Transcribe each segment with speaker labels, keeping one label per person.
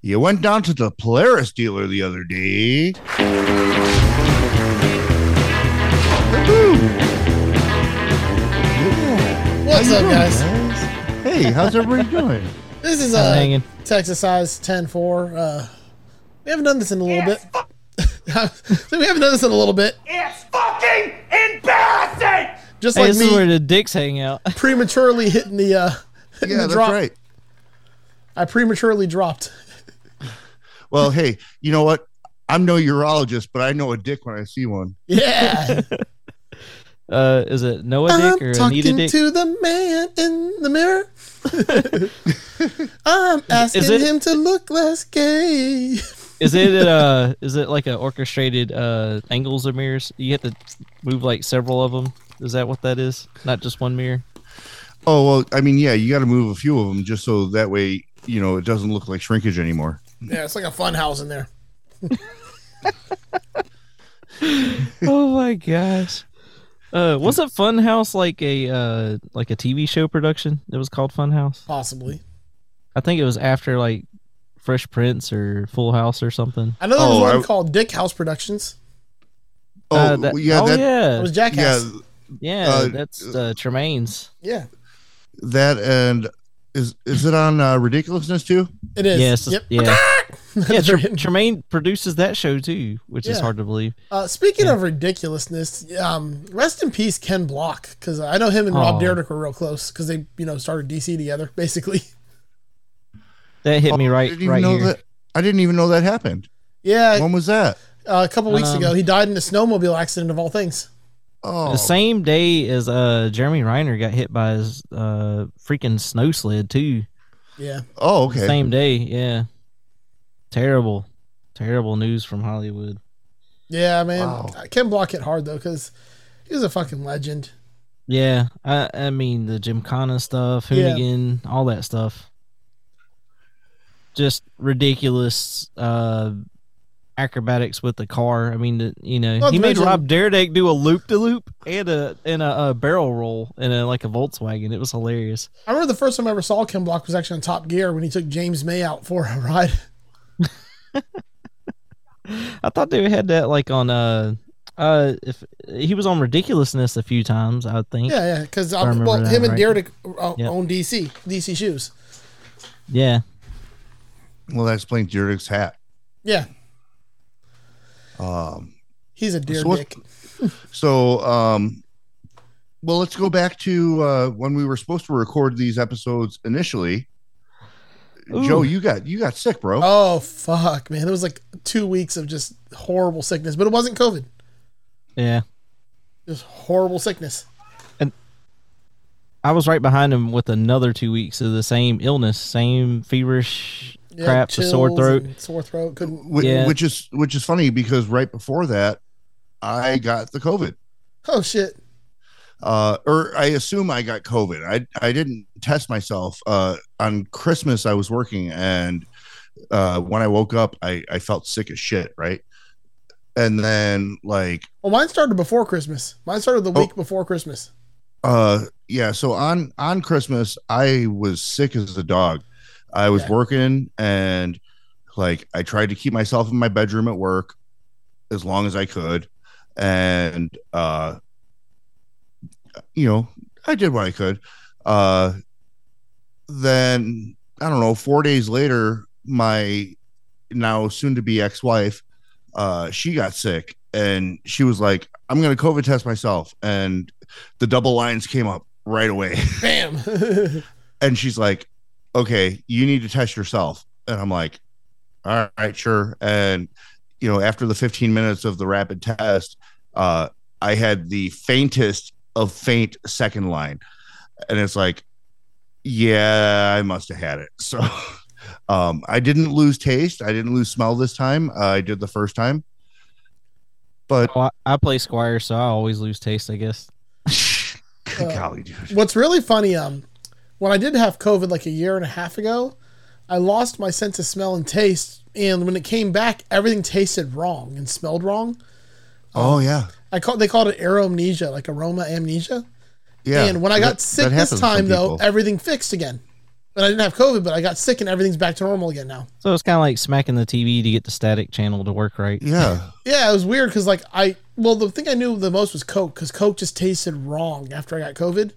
Speaker 1: You went down to the Polaris dealer the other day. Woo-hoo. Yeah.
Speaker 2: What's
Speaker 1: How you
Speaker 2: up,
Speaker 1: doing,
Speaker 2: guys?
Speaker 1: Hey, how's everybody doing?
Speaker 2: This is
Speaker 3: I'm
Speaker 2: uh,
Speaker 3: hanging.
Speaker 2: Texas size 10-4. Uh, we haven't done this in a little
Speaker 4: Yes,
Speaker 2: bit. so we haven't done this in a little bit.
Speaker 4: It's fucking embarrassing!
Speaker 2: Just
Speaker 3: Hey,
Speaker 2: like
Speaker 3: this is where
Speaker 2: me
Speaker 3: the dicks hang out.
Speaker 2: prematurely hitting the. Uh, hitting the
Speaker 1: Yeah, that's
Speaker 2: drop.
Speaker 1: right.
Speaker 2: I prematurely dropped.
Speaker 1: Well, hey, you know what? I'm no urologist, but I know a dick when I see one.
Speaker 2: Yeah,
Speaker 3: Uh, is it Noah
Speaker 2: I'm
Speaker 3: Dick or Anita
Speaker 2: talking
Speaker 3: Dick?
Speaker 2: to the man in the mirror. I'm asking
Speaker 3: it-
Speaker 2: him to look less gay.
Speaker 3: is it uh, is it like an orchestrated uh angles of mirrors? You have to move like several of them. Is that what that is? Not just one mirror.
Speaker 1: Oh well, I mean, yeah, you got to move a few of them just so that way you know it doesn't look like shrinkage anymore.
Speaker 2: Yeah, it's like a fun house in there.
Speaker 3: oh my gosh. Uh, wasn't Funhouse like a uh like a TV show production? It was called Funhouse.
Speaker 2: Possibly.
Speaker 3: I think it was after like Fresh Prince or Full House or something.
Speaker 2: I know there
Speaker 1: Oh,
Speaker 2: was one
Speaker 1: I-
Speaker 2: called Dick House Productions.
Speaker 1: Oh
Speaker 3: Uh, that-
Speaker 1: yeah,
Speaker 3: oh
Speaker 1: that
Speaker 2: It
Speaker 3: yeah,
Speaker 2: was Jackass.
Speaker 1: yeah,
Speaker 3: yeah.
Speaker 1: uh,
Speaker 3: that's uh, Tremaine's.
Speaker 2: Yeah,
Speaker 1: that and is is it on uh, ridiculousness too?
Speaker 2: it is.
Speaker 3: Yes,
Speaker 2: Yep.
Speaker 3: yeah, yeah.
Speaker 2: That's
Speaker 3: Tre-
Speaker 2: right.
Speaker 3: Tremaine produces that show too, which is
Speaker 2: Yeah.
Speaker 3: hard to believe.
Speaker 2: Uh, speaking of ridiculousness, um, rest in peace Ken Block because I know him and Rob
Speaker 3: Aw.
Speaker 2: Dyrdek were real close because they you know started DC together basically.
Speaker 3: That hit me
Speaker 1: Oh,
Speaker 3: right,
Speaker 1: I didn't even
Speaker 3: right
Speaker 1: know
Speaker 3: here.
Speaker 1: that. I didn't even know that happened.
Speaker 2: Yeah,
Speaker 1: When was that?
Speaker 2: uh, a couple weeks
Speaker 3: Um,
Speaker 2: ago he died in a snowmobile accident of all things.
Speaker 1: Oh,
Speaker 3: The same day as uh Jeremy Reiner got hit by his uh freaking snow sled too.
Speaker 2: Yeah,
Speaker 1: oh, okay.
Speaker 3: Same day, yeah. Terrible, terrible news from Hollywood.
Speaker 2: yeah, man.
Speaker 1: Wow.
Speaker 2: Uh, Ken Block hit hard though because he was a fucking legend.
Speaker 3: Yeah, I, I mean the Gymkhana stuff,
Speaker 2: Yeah.
Speaker 3: Hoonigan, all that stuff. Just ridiculous uh, acrobatics with the car. I mean, the, you know,
Speaker 2: Not
Speaker 3: he
Speaker 2: to
Speaker 3: made
Speaker 2: mention-
Speaker 3: Rob Dyrdek do a loop de loop and a and a, a barrel roll in a like a Volkswagen. It was hilarious.
Speaker 2: I remember the first time I ever saw Ken Block was actually on Top Gear when he took James May out for a ride.
Speaker 3: I thought they had that like on uh uh if he was on ridiculousness a few times. I think.
Speaker 2: Yeah, yeah, because
Speaker 3: I remember
Speaker 2: well,
Speaker 3: that,
Speaker 2: him and
Speaker 3: right.
Speaker 2: Dyrdek uh,
Speaker 3: Yeah.
Speaker 2: owned DC DC shoes.
Speaker 3: yeah.
Speaker 1: Well, that explains Jurick's hat.
Speaker 2: Yeah,
Speaker 1: Um,
Speaker 2: he's a
Speaker 1: So what's-
Speaker 2: Dyrdek.
Speaker 1: so, um, well, let's go back to uh, when we were supposed to record these episodes initially. Joe,
Speaker 3: Ooh.
Speaker 1: you got you got sick, bro.
Speaker 2: Oh fuck, man! It was like two weeks of just horrible sickness, but it wasn't COVID.
Speaker 3: Yeah.
Speaker 2: Just horrible sickness.
Speaker 3: I was right behind him with another two weeks of the same illness, same feverish
Speaker 2: Yeah,
Speaker 3: crap, the sore
Speaker 2: chills
Speaker 3: throat.
Speaker 2: and Sore throat. Couldn't.
Speaker 1: Wh-
Speaker 3: Yeah.
Speaker 1: Which is which is funny because right before that, I got the COVID.
Speaker 2: Oh shit.
Speaker 1: uh, or I assume I got COVID. I I didn't test myself. Uh, on Christmas, I was working, and uh, when I woke up, I I felt sick as shit, right? And then like
Speaker 2: Well, mine started before Christmas. Mine started the
Speaker 1: Oh.
Speaker 2: week before Christmas.
Speaker 1: uh yeah, so on on Christmas, I was sick as a dog. I was
Speaker 2: Yeah.
Speaker 1: working, and like I tried to keep myself in my bedroom at work as long as I could, and uh, you know, I did what I could. Uh, then I don't know, four days later, my now soon to be ex wife, uh, she got sick and she was like, I'm gonna COVID test myself. And the double lines came up right away.
Speaker 2: Bam.
Speaker 1: And she's like, Okay, you need to test yourself. And I'm like, All right, sure. And you know, after the 15 minutes of the rapid test, uh, I had the faintest of faint second line. And it's like, yeah, I must have had it. So um, I didn't lose taste. I didn't lose smell this time. Uh, I did the first time. But
Speaker 3: Well, I, I play Squire, so I always lose taste, I guess.
Speaker 2: Oh, uh,
Speaker 1: good golly, dude.
Speaker 2: What's really funny, um, when I did have COVID like a year and a half ago, I lost my sense of smell and taste, and when it came back, everything tasted wrong and smelled wrong.
Speaker 1: Oh, yeah.
Speaker 2: I call they called it aromnesia, like aroma amnesia.
Speaker 1: Yeah.
Speaker 2: and when I got
Speaker 1: That-
Speaker 2: sick
Speaker 1: that
Speaker 2: this
Speaker 1: happens to some
Speaker 2: time, though,
Speaker 1: people.
Speaker 2: everything fixed again. and I didn't have COVID, but I got sick and everything's back to normal again now.
Speaker 3: So it's kind of like smacking the TV to get the static channel to work right.
Speaker 1: Yeah.
Speaker 2: Yeah, it was weird because like I well the thing I knew the most was Coke because Coke just tasted wrong after I got COVID,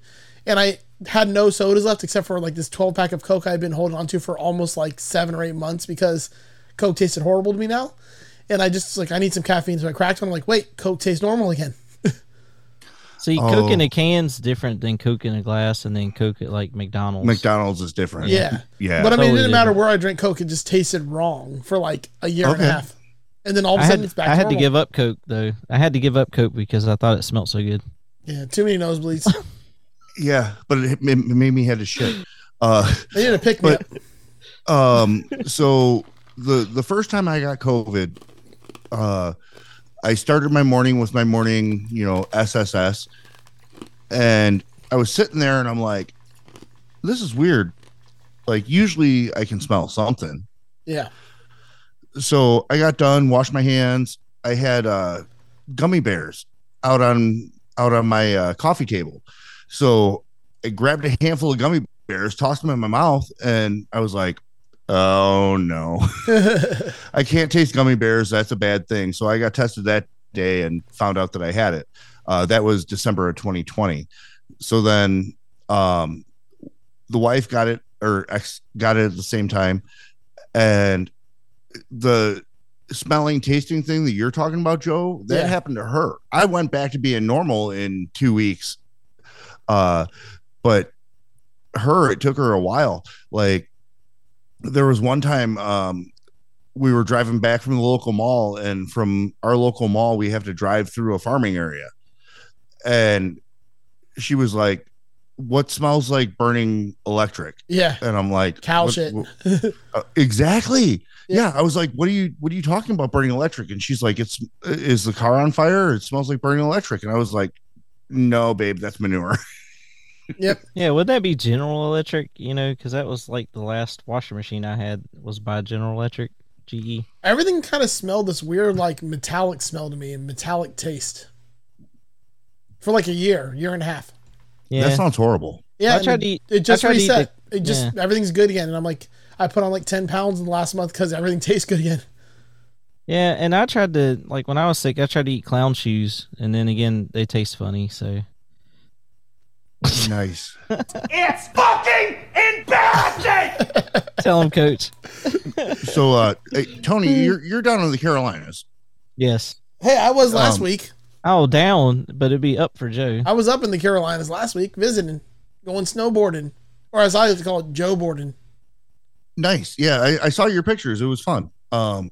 Speaker 2: and I had no sodas left except for like this twelve pack of Coke I had been holding onto for almost like seven or eight months because Coke tasted horrible to me now, and I just like I need some caffeine so I cracked one. I'm like, wait, Coke tastes normal again.
Speaker 3: See, Coke in
Speaker 1: Oh.
Speaker 3: a can's different than Coke in a glass, and then Coke at like McDonald's.
Speaker 1: McDonald's is different.
Speaker 2: Yeah.
Speaker 1: Yeah.
Speaker 2: But I mean, it
Speaker 3: Totally
Speaker 2: didn't matter
Speaker 3: different.
Speaker 2: where I drank Coke; it just tasted wrong for like a year and a
Speaker 1: Okay.
Speaker 2: half, and then all of a
Speaker 3: I
Speaker 2: sudden
Speaker 3: had,
Speaker 2: it's back.
Speaker 3: I
Speaker 2: to
Speaker 3: had to
Speaker 2: normal.
Speaker 3: give up Coke though. I had to give up Coke because I thought it smelled so good.
Speaker 2: yeah too many nosebleeds.
Speaker 1: Yeah. But it, it made me head to shit. Uh,
Speaker 2: they need to pick me up.
Speaker 1: But- um so the the first time i got covid uh i started my morning with my morning you know sss and i was sitting there and i'm like this is weird like usually i can smell something
Speaker 2: Yeah,
Speaker 1: so i got done washed my hands i had uh gummy bears out on out on my uh, coffee table so i grabbed a handful of gummy bears tossed them in my mouth and i was like oh no I can't taste gummy bears. That's a bad thing. So I got tested that day and found out that I had it. Uh, that was December of 2020. So then um, the wife got it or ex got it at the same time. And the smelling, tasting thing that you're talking about, Joe, that
Speaker 2: Yeah.
Speaker 1: happened to her. I went back to being normal in two weeks. Uh, but her, it took her a while. Like, there was one time um, we were driving back from the local mall and from our local mall we have to drive through a farming area and she was like what smells like burning electric
Speaker 2: yeah,
Speaker 1: and i'm like
Speaker 2: cow
Speaker 1: "What-
Speaker 2: shit.
Speaker 1: what- uh, exactly
Speaker 2: Yeah.
Speaker 1: yeah. i was like what are you what are you talking about burning electric and she's like it's is the car on fire it smells like burning electric and i was like no babe that's manure
Speaker 3: Yeah, wouldn't that be General Electric? You know, because that was like the last washing machine I had was by General Electric, E. GE.
Speaker 2: everything kind of smelled this weird like metallic smell to me and metallic taste for like a year year and a half
Speaker 3: Yeah,
Speaker 1: that sounds horrible
Speaker 2: yeah
Speaker 3: I tried
Speaker 2: and
Speaker 3: to eat.
Speaker 2: it just
Speaker 3: I tried to eat
Speaker 2: reset it just everything's good again and i'm like i put on like 10 pounds in the last month because everything tastes good again
Speaker 3: Yeah, and I tried to like when I was sick, I tried to eat clown shoes, and then again they taste funny. So
Speaker 1: nice
Speaker 4: It's fucking embarrassing!
Speaker 3: tell them, coach.
Speaker 1: so uh hey, tony you're you're down in the carolinas
Speaker 3: Yes.
Speaker 2: hey i was last
Speaker 1: Um,
Speaker 2: week
Speaker 3: Oh, down, but it'd be up for Joe.
Speaker 2: i was up in the carolinas last week visiting going snowboarding or as i like to call it joe boarding
Speaker 1: Nice. Yeah, I, I saw your pictures. It was fun. Um,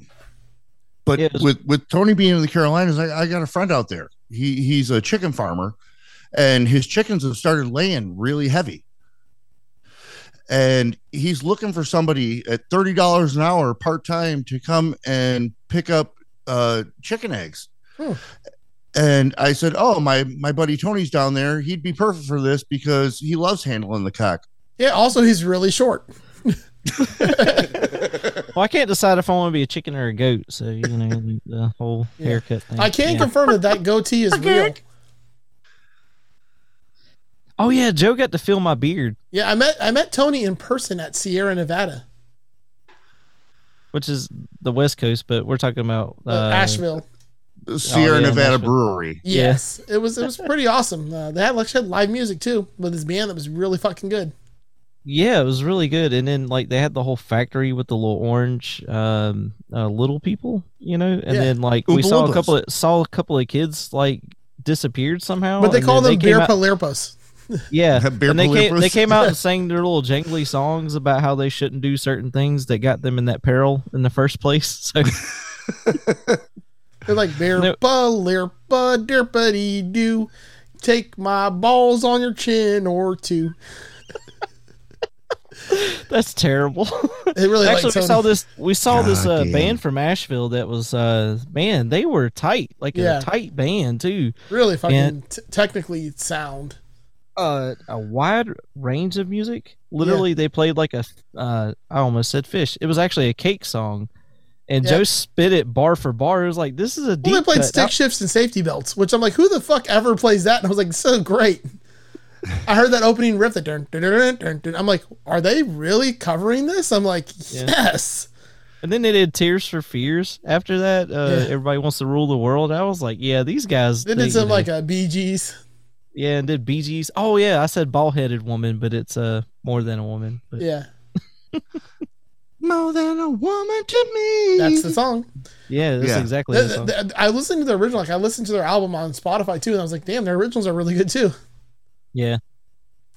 Speaker 1: but
Speaker 3: Yeah, it was-
Speaker 1: with with Tony being in the Carolinas, I, I got a friend out there. He he's a chicken farmer, and his chickens have started laying really heavy. And he's looking for somebody at thirty dollars an hour part time to come and pick up uh, chicken eggs.
Speaker 2: Hmm.
Speaker 1: And I said, "Oh, my my buddy Tony's down there. He'd be perfect for this because he loves handling the cock."
Speaker 2: yeah also he's really short
Speaker 3: Well, I can't decide if I want to be a chicken or a goat. So you know the whole
Speaker 2: Yeah.
Speaker 3: haircut thing.
Speaker 2: i can
Speaker 3: Yeah.
Speaker 2: confirm that that goatee is real
Speaker 3: Oh yeah, Joe got to feel my beard,
Speaker 2: yeah i met i met tony in person at sierra nevada
Speaker 3: which is the West Coast, but we're talking about
Speaker 2: uh,
Speaker 3: uh,
Speaker 2: asheville
Speaker 1: Sierra
Speaker 3: Oh, yeah,
Speaker 1: Nevada
Speaker 3: that's what-
Speaker 1: Brewery.
Speaker 2: Yes, it was it was pretty awesome. Uh, they had like had live music too with his band that was really fucking good.
Speaker 3: Yeah, it was really good. And then like they had the whole factory with the little orange um uh, little people, you know. And
Speaker 2: Yeah.
Speaker 3: then like we
Speaker 1: Oompa
Speaker 3: saw a
Speaker 1: Loompas.
Speaker 3: couple of saw a couple of kids like disappeared somehow.
Speaker 2: but they
Speaker 3: and
Speaker 2: call
Speaker 3: then
Speaker 2: them beer
Speaker 3: Oh, came out-
Speaker 2: palirpos.
Speaker 3: Yeah.
Speaker 1: Beer
Speaker 3: and they came,
Speaker 1: Paloopas.
Speaker 3: they came out and sang their little jangly songs about how they shouldn't do certain things that got them in that peril in the first place.
Speaker 2: They're
Speaker 3: So
Speaker 2: like beer
Speaker 3: No.
Speaker 2: palirpa dirpity do. Take my balls on your chin or two.
Speaker 3: that's terrible.
Speaker 2: They really like
Speaker 3: Actually, we
Speaker 2: Tony.
Speaker 3: saw this. We saw this uh,
Speaker 1: Goddamn.
Speaker 3: band from Asheville that was uh, man. They were tight, like
Speaker 2: Yeah.
Speaker 3: a tight band too.
Speaker 2: really fucking
Speaker 3: Yeah.
Speaker 2: t- technically sound.
Speaker 3: uh, a wide range of music. Literally, they played like a uh, I almost said fish. It was actually a cake song, and
Speaker 2: Yeah.
Speaker 3: Joe spit it bar for bar. It was like this is a deep
Speaker 2: Well, they played
Speaker 3: cut.
Speaker 2: stick shifts and safety belts, which I'm like, who the fuck ever plays that? And I was like, so great. I heard that opening riff that dun, dun, dun, dun, dun. I'm like, are they really covering this? I'm like,
Speaker 3: Yeah.
Speaker 2: yes.
Speaker 3: And then they did Tears for Fears after that. Uh,
Speaker 2: Yeah.
Speaker 3: Everybody wants to rule the world. I was like, yeah, these guys.
Speaker 2: They
Speaker 3: you
Speaker 2: did some
Speaker 3: know,
Speaker 2: like uh, a BGs.
Speaker 3: yeah, and did BGs. Oh yeah, I said bald headed woman, but it's uh more than a woman. But yeah,
Speaker 2: Yeah,
Speaker 1: More than a woman to me.
Speaker 2: that's the song.
Speaker 3: that's
Speaker 1: Yeah.
Speaker 3: exactly.
Speaker 2: Th-
Speaker 3: the song.
Speaker 2: th- th- I listened to the original. Like I listened to their album on Spotify too, and I was like, damn, their originals are really good too.
Speaker 3: yeah,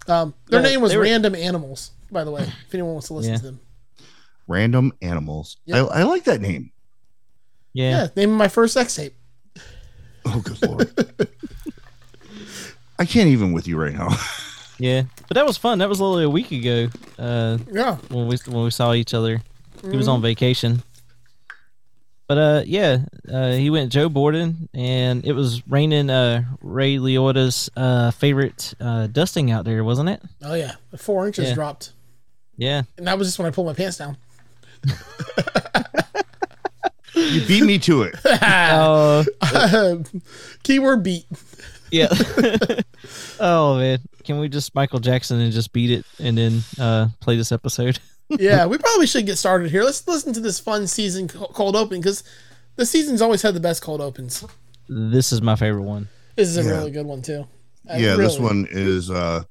Speaker 2: Um, their
Speaker 3: Yeah,
Speaker 2: name was
Speaker 3: they were-
Speaker 2: Random Animals, by the way. If anyone wants to listen
Speaker 3: Yeah.
Speaker 2: to them,
Speaker 1: Random animals.
Speaker 2: Yep.
Speaker 1: I, I like that name.
Speaker 3: yeah,
Speaker 2: yeah, name of my first sex tape.
Speaker 1: Oh, good lord. I can't even with you right now.
Speaker 3: yeah. But that was fun. That was literally a week ago uh,
Speaker 2: Yeah,
Speaker 3: when we when we saw each other. He was on
Speaker 2: Mm-hmm.
Speaker 3: vacation. But uh, yeah, uh, he went Joe Borden, and it was raining. Uh, Ray Liotta's uh favorite uh dusting out there, wasn't it?
Speaker 2: Oh yeah, four inches
Speaker 3: Yeah.
Speaker 2: dropped,
Speaker 3: Yeah,
Speaker 2: and that was just when I pulled my pants down.
Speaker 1: You beat me to it.
Speaker 2: Ah.
Speaker 3: Oh
Speaker 2: Keyword beat.
Speaker 3: yeah. oh man, can we just Michael Jackson and just beat it and then uh, play this episode?
Speaker 2: yeah, we probably should get started here. Let's listen to this fun season co- cold open because the season's always had the best cold opens.
Speaker 3: This is my favorite one.
Speaker 2: This is a
Speaker 1: Yeah.
Speaker 2: really good one too. Uh,
Speaker 1: yeah, this
Speaker 2: really.
Speaker 1: one is uh,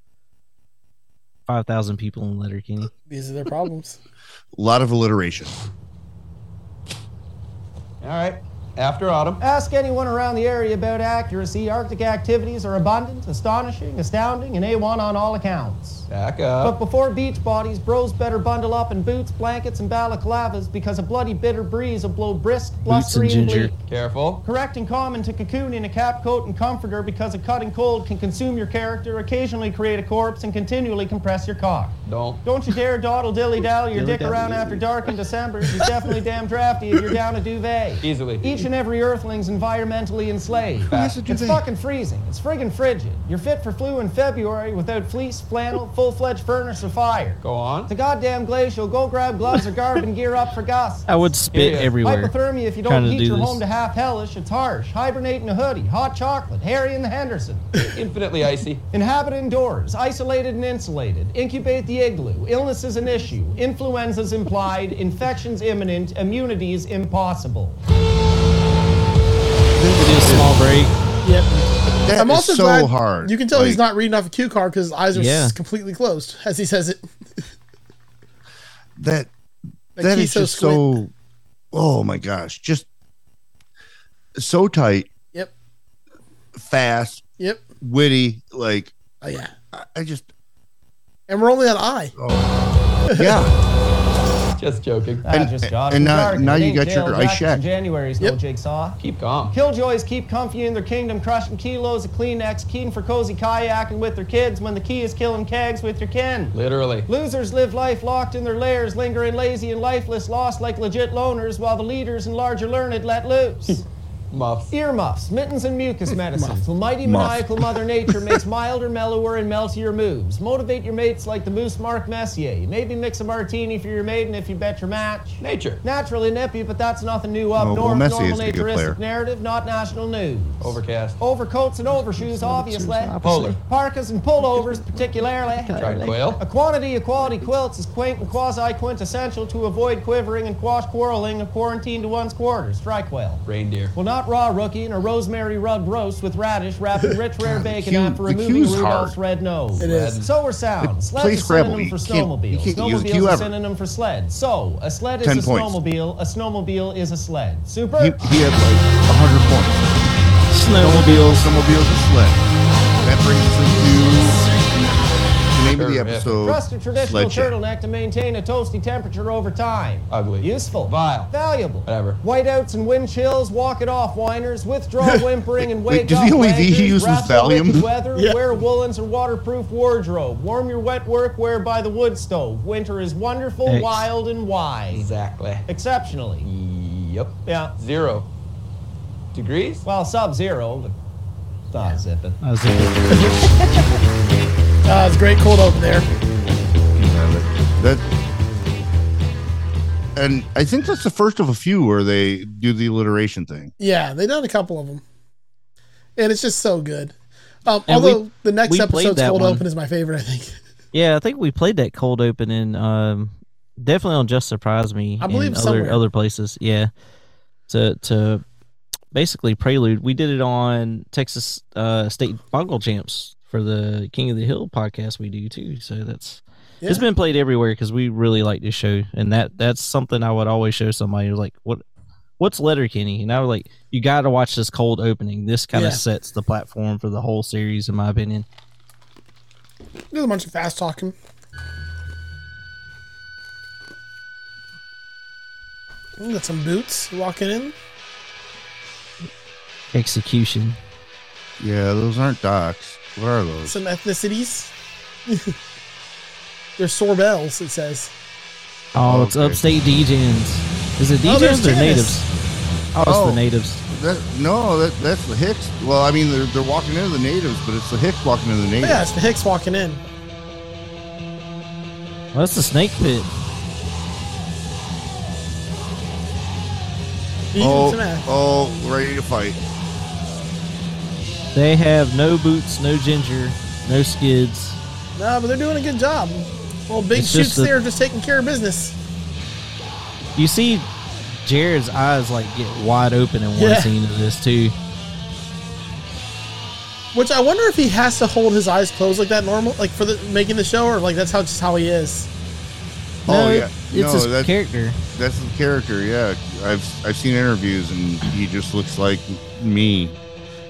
Speaker 3: Five thousand people in Letterkenny.
Speaker 2: These are their problems.
Speaker 1: a lot of alliteration.
Speaker 5: All right. After autumn.
Speaker 6: Ask anyone around the area about accuracy. Arctic activities are abundant, astonishing, astounding, and A1 on all accounts.
Speaker 5: Back
Speaker 6: But
Speaker 5: up.
Speaker 6: before beach bodies, bros better bundle up in boots, blankets, and balaclavas because a bloody bitter breeze will blow brisk, blustery, and,
Speaker 3: ginger.
Speaker 6: bleak.
Speaker 5: Careful.
Speaker 6: Correct and common to cocoon in a cap coat and comforter because a cutting cold can consume your character, occasionally create a corpse, and continually compress your cock.
Speaker 5: Don't.
Speaker 6: Don't you dare dawdle dilly dally your dick
Speaker 3: Dilly-dally.
Speaker 6: around after dark in December. It's definitely damn drafty if you're down a duvet.
Speaker 5: Easily.
Speaker 6: Each and every earthling's environmentally enslaved.
Speaker 5: has a
Speaker 6: It's fucking freezing. It's friggin' frigid. You're fit for flu in February without fleece, flannel, full fledged furnace, or fire.
Speaker 5: Go on.
Speaker 6: It's a goddamn glacial. Go grab gloves or garb and gear up for gas.
Speaker 3: I would spit
Speaker 5: Yeah, yeah.
Speaker 3: everywhere.
Speaker 6: Hypothermia, if you
Speaker 3: Trying
Speaker 6: don't
Speaker 3: to
Speaker 6: heat
Speaker 3: do
Speaker 6: your
Speaker 3: this.
Speaker 6: home to half hellish, it's harsh. Hibernate in a hoodie, hot chocolate, Harry and the Henderson.
Speaker 5: Infinitely icy.
Speaker 6: Inhabit indoors, isolated and insulated. Incubate the igloo. Illness is an issue. Influenza's implied. Infections imminent. Immunity's impossible.
Speaker 3: We do a small break.
Speaker 2: Yep.
Speaker 1: That
Speaker 2: I'm
Speaker 1: is
Speaker 2: also
Speaker 1: so
Speaker 2: glad
Speaker 1: hard.
Speaker 2: You can tell he's
Speaker 1: Like,
Speaker 2: not reading off a cue card because his eyes are
Speaker 3: Yeah.
Speaker 2: s completely closed as he says it.
Speaker 1: that.
Speaker 2: Like,
Speaker 1: that
Speaker 2: he's
Speaker 1: is just so. Oh my gosh, just so tight,
Speaker 2: Yep.
Speaker 1: fast,
Speaker 2: Yep.
Speaker 1: witty. Like
Speaker 2: Oh yeah.
Speaker 1: I, I just.
Speaker 2: And we're only at I.
Speaker 1: Oh. Yeah,
Speaker 5: Just joking.
Speaker 6: Ah,
Speaker 1: And-
Speaker 6: just got
Speaker 1: and
Speaker 6: it.
Speaker 1: now-
Speaker 6: Jargon.
Speaker 1: now
Speaker 6: It
Speaker 1: you
Speaker 6: ain't
Speaker 1: got your
Speaker 6: jail,
Speaker 1: ice
Speaker 6: jackets
Speaker 1: shack.
Speaker 6: in January's no
Speaker 2: Yep.
Speaker 6: jigsaw.
Speaker 5: Keep calm.
Speaker 6: Killjoys keep comfy in their kingdom, crushing kilos of Kleenex, keen for cozy kayaking with their kids when the key is killing kegs with your kin.
Speaker 5: Literally.
Speaker 6: Losers live life locked in their lairs, lingering lazy and lifeless, lost like legit loners, while the leaders and larger learned let loose.
Speaker 5: Muffs.
Speaker 6: Earmuffs, mittens, and mucus medicines. The mighty maniacal Mother Nature makes milder, mellower, and meltier moves. Motivate your mates like the moose Mark Messier. Maybe mix a martini for your maiden if you bet your match.
Speaker 5: Nature.
Speaker 6: Naturally nippy, but that's nothing new up
Speaker 1: Oh, well,
Speaker 6: north.
Speaker 1: Messi
Speaker 6: Normal
Speaker 1: is a good player.
Speaker 6: naturistic narrative, not national news.
Speaker 5: Overcast.
Speaker 6: Overcoats and overshoes, obviously.
Speaker 5: Polar.
Speaker 6: Parkas and pullovers, particularly.
Speaker 5: Dried quail.
Speaker 6: A quantity of quality quilts is quaint and quasi quintessential to avoid quivering and quash quarreling of quarantine to one's quarters. Strike quail.
Speaker 5: Reindeer.
Speaker 6: Well, not raw rookie in a rosemary rubbed roast with radish wrapped in rich rare bacon
Speaker 1: Q-
Speaker 6: after
Speaker 1: the
Speaker 6: removing
Speaker 1: Q's
Speaker 6: Rudolph's
Speaker 1: hard.
Speaker 6: red nose.
Speaker 2: It is.
Speaker 6: So are sounds. Sled
Speaker 1: play
Speaker 6: is a
Speaker 1: Scrabble.
Speaker 6: synonym for
Speaker 1: You can't- you
Speaker 6: snowmobile.
Speaker 1: can't use
Speaker 6: Snowmobile
Speaker 1: Q
Speaker 6: is a
Speaker 1: ever.
Speaker 6: synonym for sled. So, a sled is
Speaker 1: Ten
Speaker 6: a
Speaker 1: points.
Speaker 6: snowmobile, a snowmobile is a sled. Super.
Speaker 1: he, he had like hundred points.
Speaker 3: Snowmobiles.
Speaker 1: Snowmobiles and sled. That brings us into the name of the
Speaker 5: Sure, yeah.
Speaker 6: Trust a
Speaker 1: episode.
Speaker 6: traditional
Speaker 1: Sledgehammer.
Speaker 6: turtleneck to maintain a toasty temperature over time.
Speaker 5: Ugly.
Speaker 6: Useful.
Speaker 5: Vile.
Speaker 6: Valuable.
Speaker 5: Whatever.
Speaker 6: Whiteouts and wind chills, walk it off, whiners, withdraw whimpering and
Speaker 1: Wait,
Speaker 6: wake
Speaker 1: does
Speaker 6: up.
Speaker 1: the only V he
Speaker 6: wankers,
Speaker 1: used was
Speaker 6: wrestle with
Speaker 1: Valium?
Speaker 6: the Weather,
Speaker 2: Yeah.
Speaker 6: wear woolens or waterproof wardrobe. Warm your wet work, wear by the wood stove. Winter is wonderful,
Speaker 3: Thanks.
Speaker 6: wild, and wise.
Speaker 5: Exactly.
Speaker 6: Exceptionally.
Speaker 5: Yep.
Speaker 6: Yeah.
Speaker 5: Zero. Degrees?
Speaker 6: Well, sub zero, but it's not zipping.
Speaker 3: I was like,
Speaker 2: Uh, it's a great cold open there.
Speaker 1: That. And I think that's the first of a few where they do the alliteration thing.
Speaker 2: Yeah, they done a couple of them, and it's just so good. Um,
Speaker 3: And we-
Speaker 2: although the next
Speaker 3: we played
Speaker 2: episode's
Speaker 3: that
Speaker 2: cold
Speaker 3: one.
Speaker 2: open is my favorite, I think.
Speaker 3: Yeah, I think we played that cold open in um, definitely on Just Surprise Me.
Speaker 2: I believe
Speaker 3: and other
Speaker 2: somewhere.
Speaker 3: other places. Yeah, to to basically prelude. We did it on Texas uh, State Bungle Champs for the King of the Hill podcast. We do too. So that's it's
Speaker 2: Yeah.
Speaker 3: been played everywhere because we really like this show, and that that's something I would always show somebody. It was like what. What's Letterkenny? And I was like, you got to watch this cold opening. This kind
Speaker 2: Yeah.
Speaker 3: of sets the platform for the whole series, in my opinion.
Speaker 2: There's a bunch of fast talking. Ooh, got some boots walking in.
Speaker 3: Execution.
Speaker 1: Yeah, those aren't docs. What are those?
Speaker 2: Some ethnicities. They're Sorbels, it says.
Speaker 3: Oh, it's
Speaker 1: Okay.
Speaker 3: upstate DJs. Is it
Speaker 2: Oh, there's
Speaker 3: DJs or
Speaker 2: Janice.
Speaker 3: natives? Oh, it's
Speaker 1: Oh.
Speaker 3: the natives.
Speaker 1: That, no, that, that's the Hicks. Well, I mean, they're, they're walking into the natives, but it's the Hicks walking into the natives.
Speaker 2: Yeah, it's the Hicks walking in.
Speaker 3: Well, that's the snake pit.
Speaker 2: Beating some
Speaker 1: Oh,
Speaker 2: ass.
Speaker 1: oh, ready to fight.
Speaker 3: They have no boots, no ginger, no skids.
Speaker 2: No, but they're doing a good job. Well, Big
Speaker 3: It's just
Speaker 2: Shoots
Speaker 3: the-
Speaker 2: there just taking care of business.
Speaker 3: You see Jared's eyes like get wide open in one
Speaker 2: Yeah.
Speaker 3: scene of this too.
Speaker 2: Which I wonder if he has to hold his eyes closed like that normal, like for the making the show, or like that's how just how he is.
Speaker 1: Oh,
Speaker 3: No,
Speaker 1: yeah.
Speaker 3: It's
Speaker 1: No,
Speaker 3: his
Speaker 1: that's-
Speaker 3: character.
Speaker 1: That's his character. Yeah, I've I've seen interviews, and he just looks like me.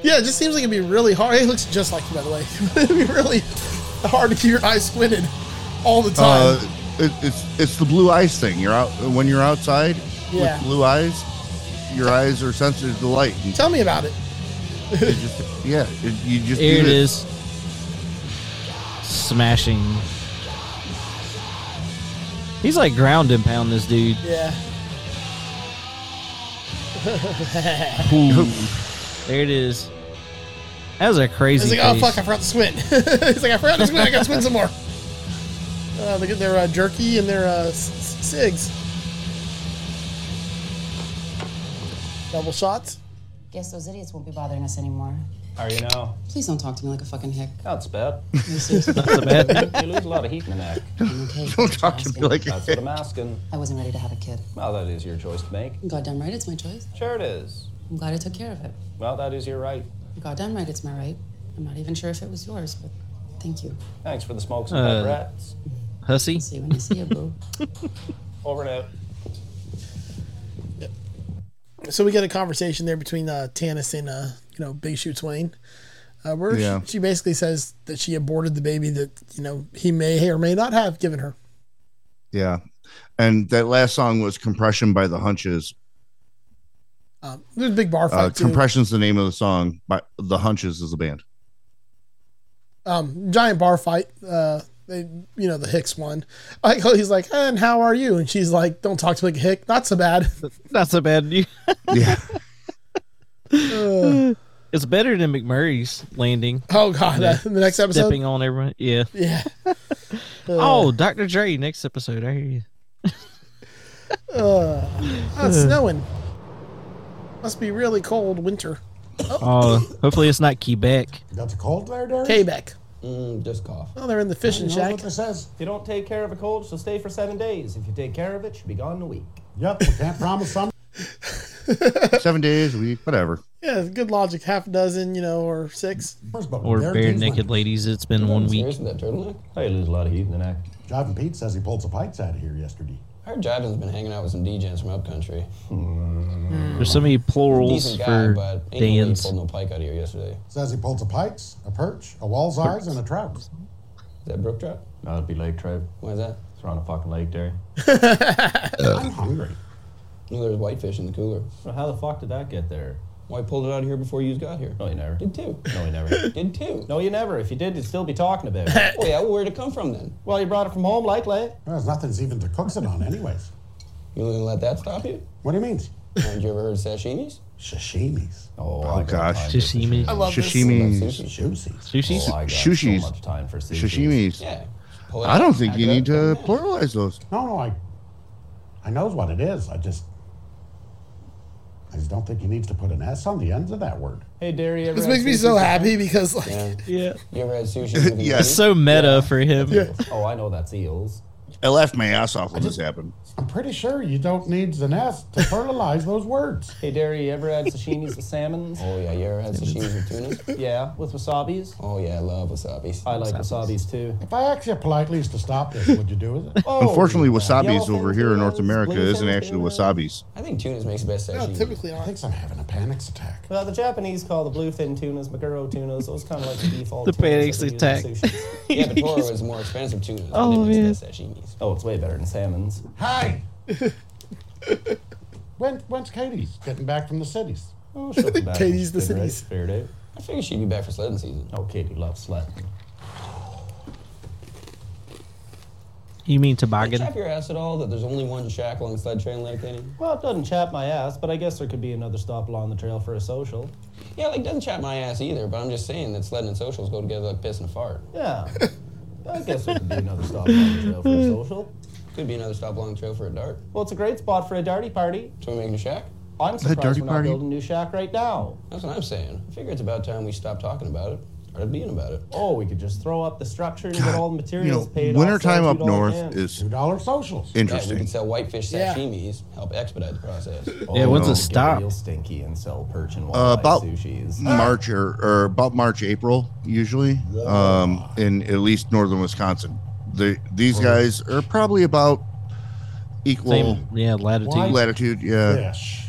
Speaker 2: Yeah, it just seems like it'd be really hard. It looks just like you, by the way. it'd be really hard to keep your eyes squinted all the time.
Speaker 1: Uh, it, it's it's the blue eyes thing. You're out when you're outside
Speaker 2: Yeah.
Speaker 1: with blue eyes. Your eyes are sensitive to light. And
Speaker 2: Tell me about it.
Speaker 1: it just, yeah, it, you just
Speaker 3: Here
Speaker 1: do
Speaker 3: it
Speaker 1: this.
Speaker 3: is. Smashing. He's like ground and pound this dude.
Speaker 2: Yeah.
Speaker 3: There it is. That was a crazy.
Speaker 2: He's like, oh
Speaker 3: face.
Speaker 2: fuck, I forgot to squint. He's like, I forgot to squint. I got to squint some more. Uh, they get their uh, jerky and their uh, s- s- cigs. Double shots.
Speaker 7: Guess those idiots won't be bothering us anymore.
Speaker 5: How are you now?
Speaker 7: Please don't talk to me like a fucking hick.
Speaker 5: That's bad.
Speaker 3: That's a bad thing.
Speaker 5: You lose a lot of heat in the neck.
Speaker 7: I'm okay.
Speaker 1: Don't talk to me like
Speaker 5: That's what I'm asking.
Speaker 7: I wasn't ready to have a kid.
Speaker 5: Well, that is your choice to make.
Speaker 7: Goddamn right, it's my choice.
Speaker 5: Sure it is.
Speaker 7: I'm glad I took care of it.
Speaker 5: Well, that is your right.
Speaker 7: Goddamn right, it's my right. I'm not even sure if it was yours, but thank you.
Speaker 5: Thanks for the smokes and uh,
Speaker 3: Uh,
Speaker 5: rats.
Speaker 3: Hussy.
Speaker 7: See you when you see you, boo.
Speaker 5: Over and out.
Speaker 2: so we got a conversation there between uh, Tannis and uh, you know Big Shoots Wayne, uh, where she-
Speaker 1: Yeah.
Speaker 2: she, basically says that she aborted the baby that you know he may or may not have given her.
Speaker 1: Yeah, and that last song was "Compression" by the Hunches.
Speaker 2: Um, there's a big bar fight
Speaker 1: Uh,
Speaker 2: too.
Speaker 1: "Compression's" the name of the song. By the Hunches is the band.
Speaker 2: um, giant bar fight. Uh, they, you know the Hicks one. Like he's like, and how are you? And she's like, don't talk to me like a hick. Not so bad.
Speaker 3: Not so bad. You-
Speaker 1: Yeah,
Speaker 2: Uh,
Speaker 3: It's better than McMurray's landing,
Speaker 2: oh god, uh, the next episode.
Speaker 3: stepping on everyone. Yeah.
Speaker 2: Yeah. Uh,
Speaker 3: Oh, Dr. Dre, next episode. I hear you.
Speaker 2: oh, it's snowing. Must be really cold winter.
Speaker 3: Oh, hopefully it's not Quebec.
Speaker 8: Got the cold there, Derek?
Speaker 2: Quebec.
Speaker 5: Mm, just cough.
Speaker 2: Oh, they're in the
Speaker 8: You
Speaker 2: fishing
Speaker 8: know
Speaker 2: shack.
Speaker 8: what this is?
Speaker 5: If you don't take care of a cold, she'll stay for seven days. If you take care of it, she'll be gone in a week.
Speaker 8: Yep, we can't promise some.
Speaker 1: seven days a week, whatever.
Speaker 2: Yeah, good logic. Half a dozen, you know, or six.
Speaker 8: But
Speaker 3: Or
Speaker 8: there
Speaker 3: bare
Speaker 8: things
Speaker 3: naked
Speaker 8: went.
Speaker 3: ladies. It's been one week.
Speaker 5: Seriously, that turtleneck? Oh, you lose a lot of heat in the neck.
Speaker 8: Jiving Pete says he pulled some pikes out of here yesterday.
Speaker 9: I heard Jiven's been hanging out with some DJs from upcountry.
Speaker 3: There's so many plurals
Speaker 9: Decent guy,
Speaker 3: for
Speaker 9: but ain't no way he
Speaker 3: Dan's.
Speaker 9: pulled no pike out of here yesterday.
Speaker 8: Says he pulled some pikes, a perch, a wall's eyes, and a trout.
Speaker 9: Is that brook trout?
Speaker 5: No, that'd be lake trout.
Speaker 9: Why is that?
Speaker 5: It's around a fucking lake, Derry.
Speaker 8: I'm hungry.
Speaker 9: No, there's whitefish in the cooler.
Speaker 5: Well, how the fuck did that get there?
Speaker 9: Why pulled it out of here before you got here?
Speaker 5: No, you never.
Speaker 9: Did too.
Speaker 5: No, you never.
Speaker 9: Did too.
Speaker 5: no, you never. If you did, you'd still be talking about it.
Speaker 9: Oh yeah, well, where'd it come from then?
Speaker 5: well, you brought it from home, likely.
Speaker 8: Well, there's nothing's even to cook it on, anyways.
Speaker 9: You gonna let that stop you?
Speaker 8: What do you mean?
Speaker 9: Haven't you ever heard of sashimis?
Speaker 8: Sashimis.
Speaker 5: Oh,
Speaker 1: Oh gosh,
Speaker 3: Sashimi.
Speaker 1: sashimi,
Speaker 9: Sushi.
Speaker 8: Juicies.
Speaker 3: Sushi's.
Speaker 5: Oh, I got
Speaker 1: Sushis.
Speaker 5: so much time for sushi.
Speaker 1: sashimis.
Speaker 9: Yeah. Pull it
Speaker 1: I
Speaker 9: out,
Speaker 1: don't think
Speaker 9: pack it
Speaker 1: you
Speaker 9: up,
Speaker 1: need
Speaker 9: put it
Speaker 1: to
Speaker 9: back.
Speaker 1: pluralize those.
Speaker 8: No, no, I, I knows what it is. I just I just don't think he needs to put an S on the end of that word.
Speaker 6: Hey, Derry.
Speaker 2: This makes me so happy because like
Speaker 9: Yeah.
Speaker 3: Yeah.
Speaker 9: You ever had sushi? with a
Speaker 1: Yes.
Speaker 9: meat?
Speaker 3: So meta for him.
Speaker 6: Oh, I know that's eels.
Speaker 1: I laughed my ass off when this happened.
Speaker 8: I'm pretty sure you don't need an S to fertilize those words.
Speaker 6: Hey, Derry. You ever had sashimis with salmons?
Speaker 9: Oh yeah. You ever had sushi with tuna?
Speaker 6: Yeah, with wasabis.
Speaker 9: Oh yeah. I love wasabis.
Speaker 6: I like wasabis too.
Speaker 8: If I ask you politely is to stop this, would you do it?
Speaker 6: Oh,
Speaker 1: Unfortunately,
Speaker 6: Yellow
Speaker 1: wasabi's
Speaker 6: fin
Speaker 1: over here in North
Speaker 6: tunas,
Speaker 1: America
Speaker 6: blue fin
Speaker 1: isn't actually
Speaker 6: tunas.
Speaker 1: wasabi's.
Speaker 9: I think tunas makes the best
Speaker 2: no,
Speaker 9: sashimi.
Speaker 2: typically
Speaker 8: I
Speaker 2: not.
Speaker 8: think I'm having a panic attack.
Speaker 6: Well, the Japanese call the bluefin tunas Maguro tunas. Those kind of like the default.
Speaker 3: The
Speaker 6: tunas
Speaker 3: panic
Speaker 6: that they use in
Speaker 3: attack.
Speaker 6: sushis.
Speaker 9: yeah, but Toro is more expensive tuna.
Speaker 3: Oh,
Speaker 9: Oh
Speaker 3: man.
Speaker 9: yeah. Sashimis.
Speaker 6: Oh, it's way better than salmons.
Speaker 8: Hi! when, when's Katie's getting back from the cities?
Speaker 6: Oh, she'll be back in
Speaker 2: Katie's the
Speaker 6: good, right?
Speaker 2: cities.
Speaker 6: Fair date.
Speaker 9: I figured she'd be back for sledding season.
Speaker 6: Oh, Katie loves slut.
Speaker 3: You mean
Speaker 9: Did it
Speaker 3: toboggan?
Speaker 9: chap your ass at all that there's only one shack along the sled train like Kenny?
Speaker 6: Well, it doesn't chap my ass, but I guess there could be another stop along the trail for a social.
Speaker 9: Yeah, like doesn't chap my ass either, but I'm just saying that sledding and socials go together like piss and a fart.
Speaker 6: Yeah. I guess there could be another stop along the trail for a social.
Speaker 9: Could be another stop along the trail for a dart.
Speaker 6: Well, it's a great spot for a darty party.
Speaker 9: So we making a shack?
Speaker 6: I'm surprised
Speaker 1: darty
Speaker 6: we're not
Speaker 1: party?
Speaker 6: building a new shack right now.
Speaker 9: That's what I'm saying. I figure it's about time we stopped talking about it. Started being about it.
Speaker 6: Oh, we could just throw up the structure and get
Speaker 1: God,
Speaker 6: all the
Speaker 1: you
Speaker 6: materials
Speaker 1: know,
Speaker 6: paid.
Speaker 1: wintertime
Speaker 6: off,
Speaker 1: up
Speaker 6: so we
Speaker 1: north
Speaker 6: don't-
Speaker 1: is
Speaker 8: $2 socials.
Speaker 9: Yeah, we
Speaker 1: interesting.
Speaker 9: could sell whitefish
Speaker 2: Yeah.
Speaker 9: sashimis, help expedite the process.
Speaker 6: Oh,
Speaker 3: Yeah,
Speaker 5: Oh,
Speaker 3: when's
Speaker 1: no.
Speaker 3: it stop?
Speaker 6: Real stinky and sell perch and
Speaker 1: Uh,
Speaker 6: walleye
Speaker 1: about
Speaker 6: sushis.
Speaker 1: March or, or about March, April, usually, um, in at least northern Wisconsin. The, these guys are probably about equal
Speaker 3: Same, yeah, latitude,
Speaker 8: Why-
Speaker 1: latitude. Yeah.
Speaker 8: Fish.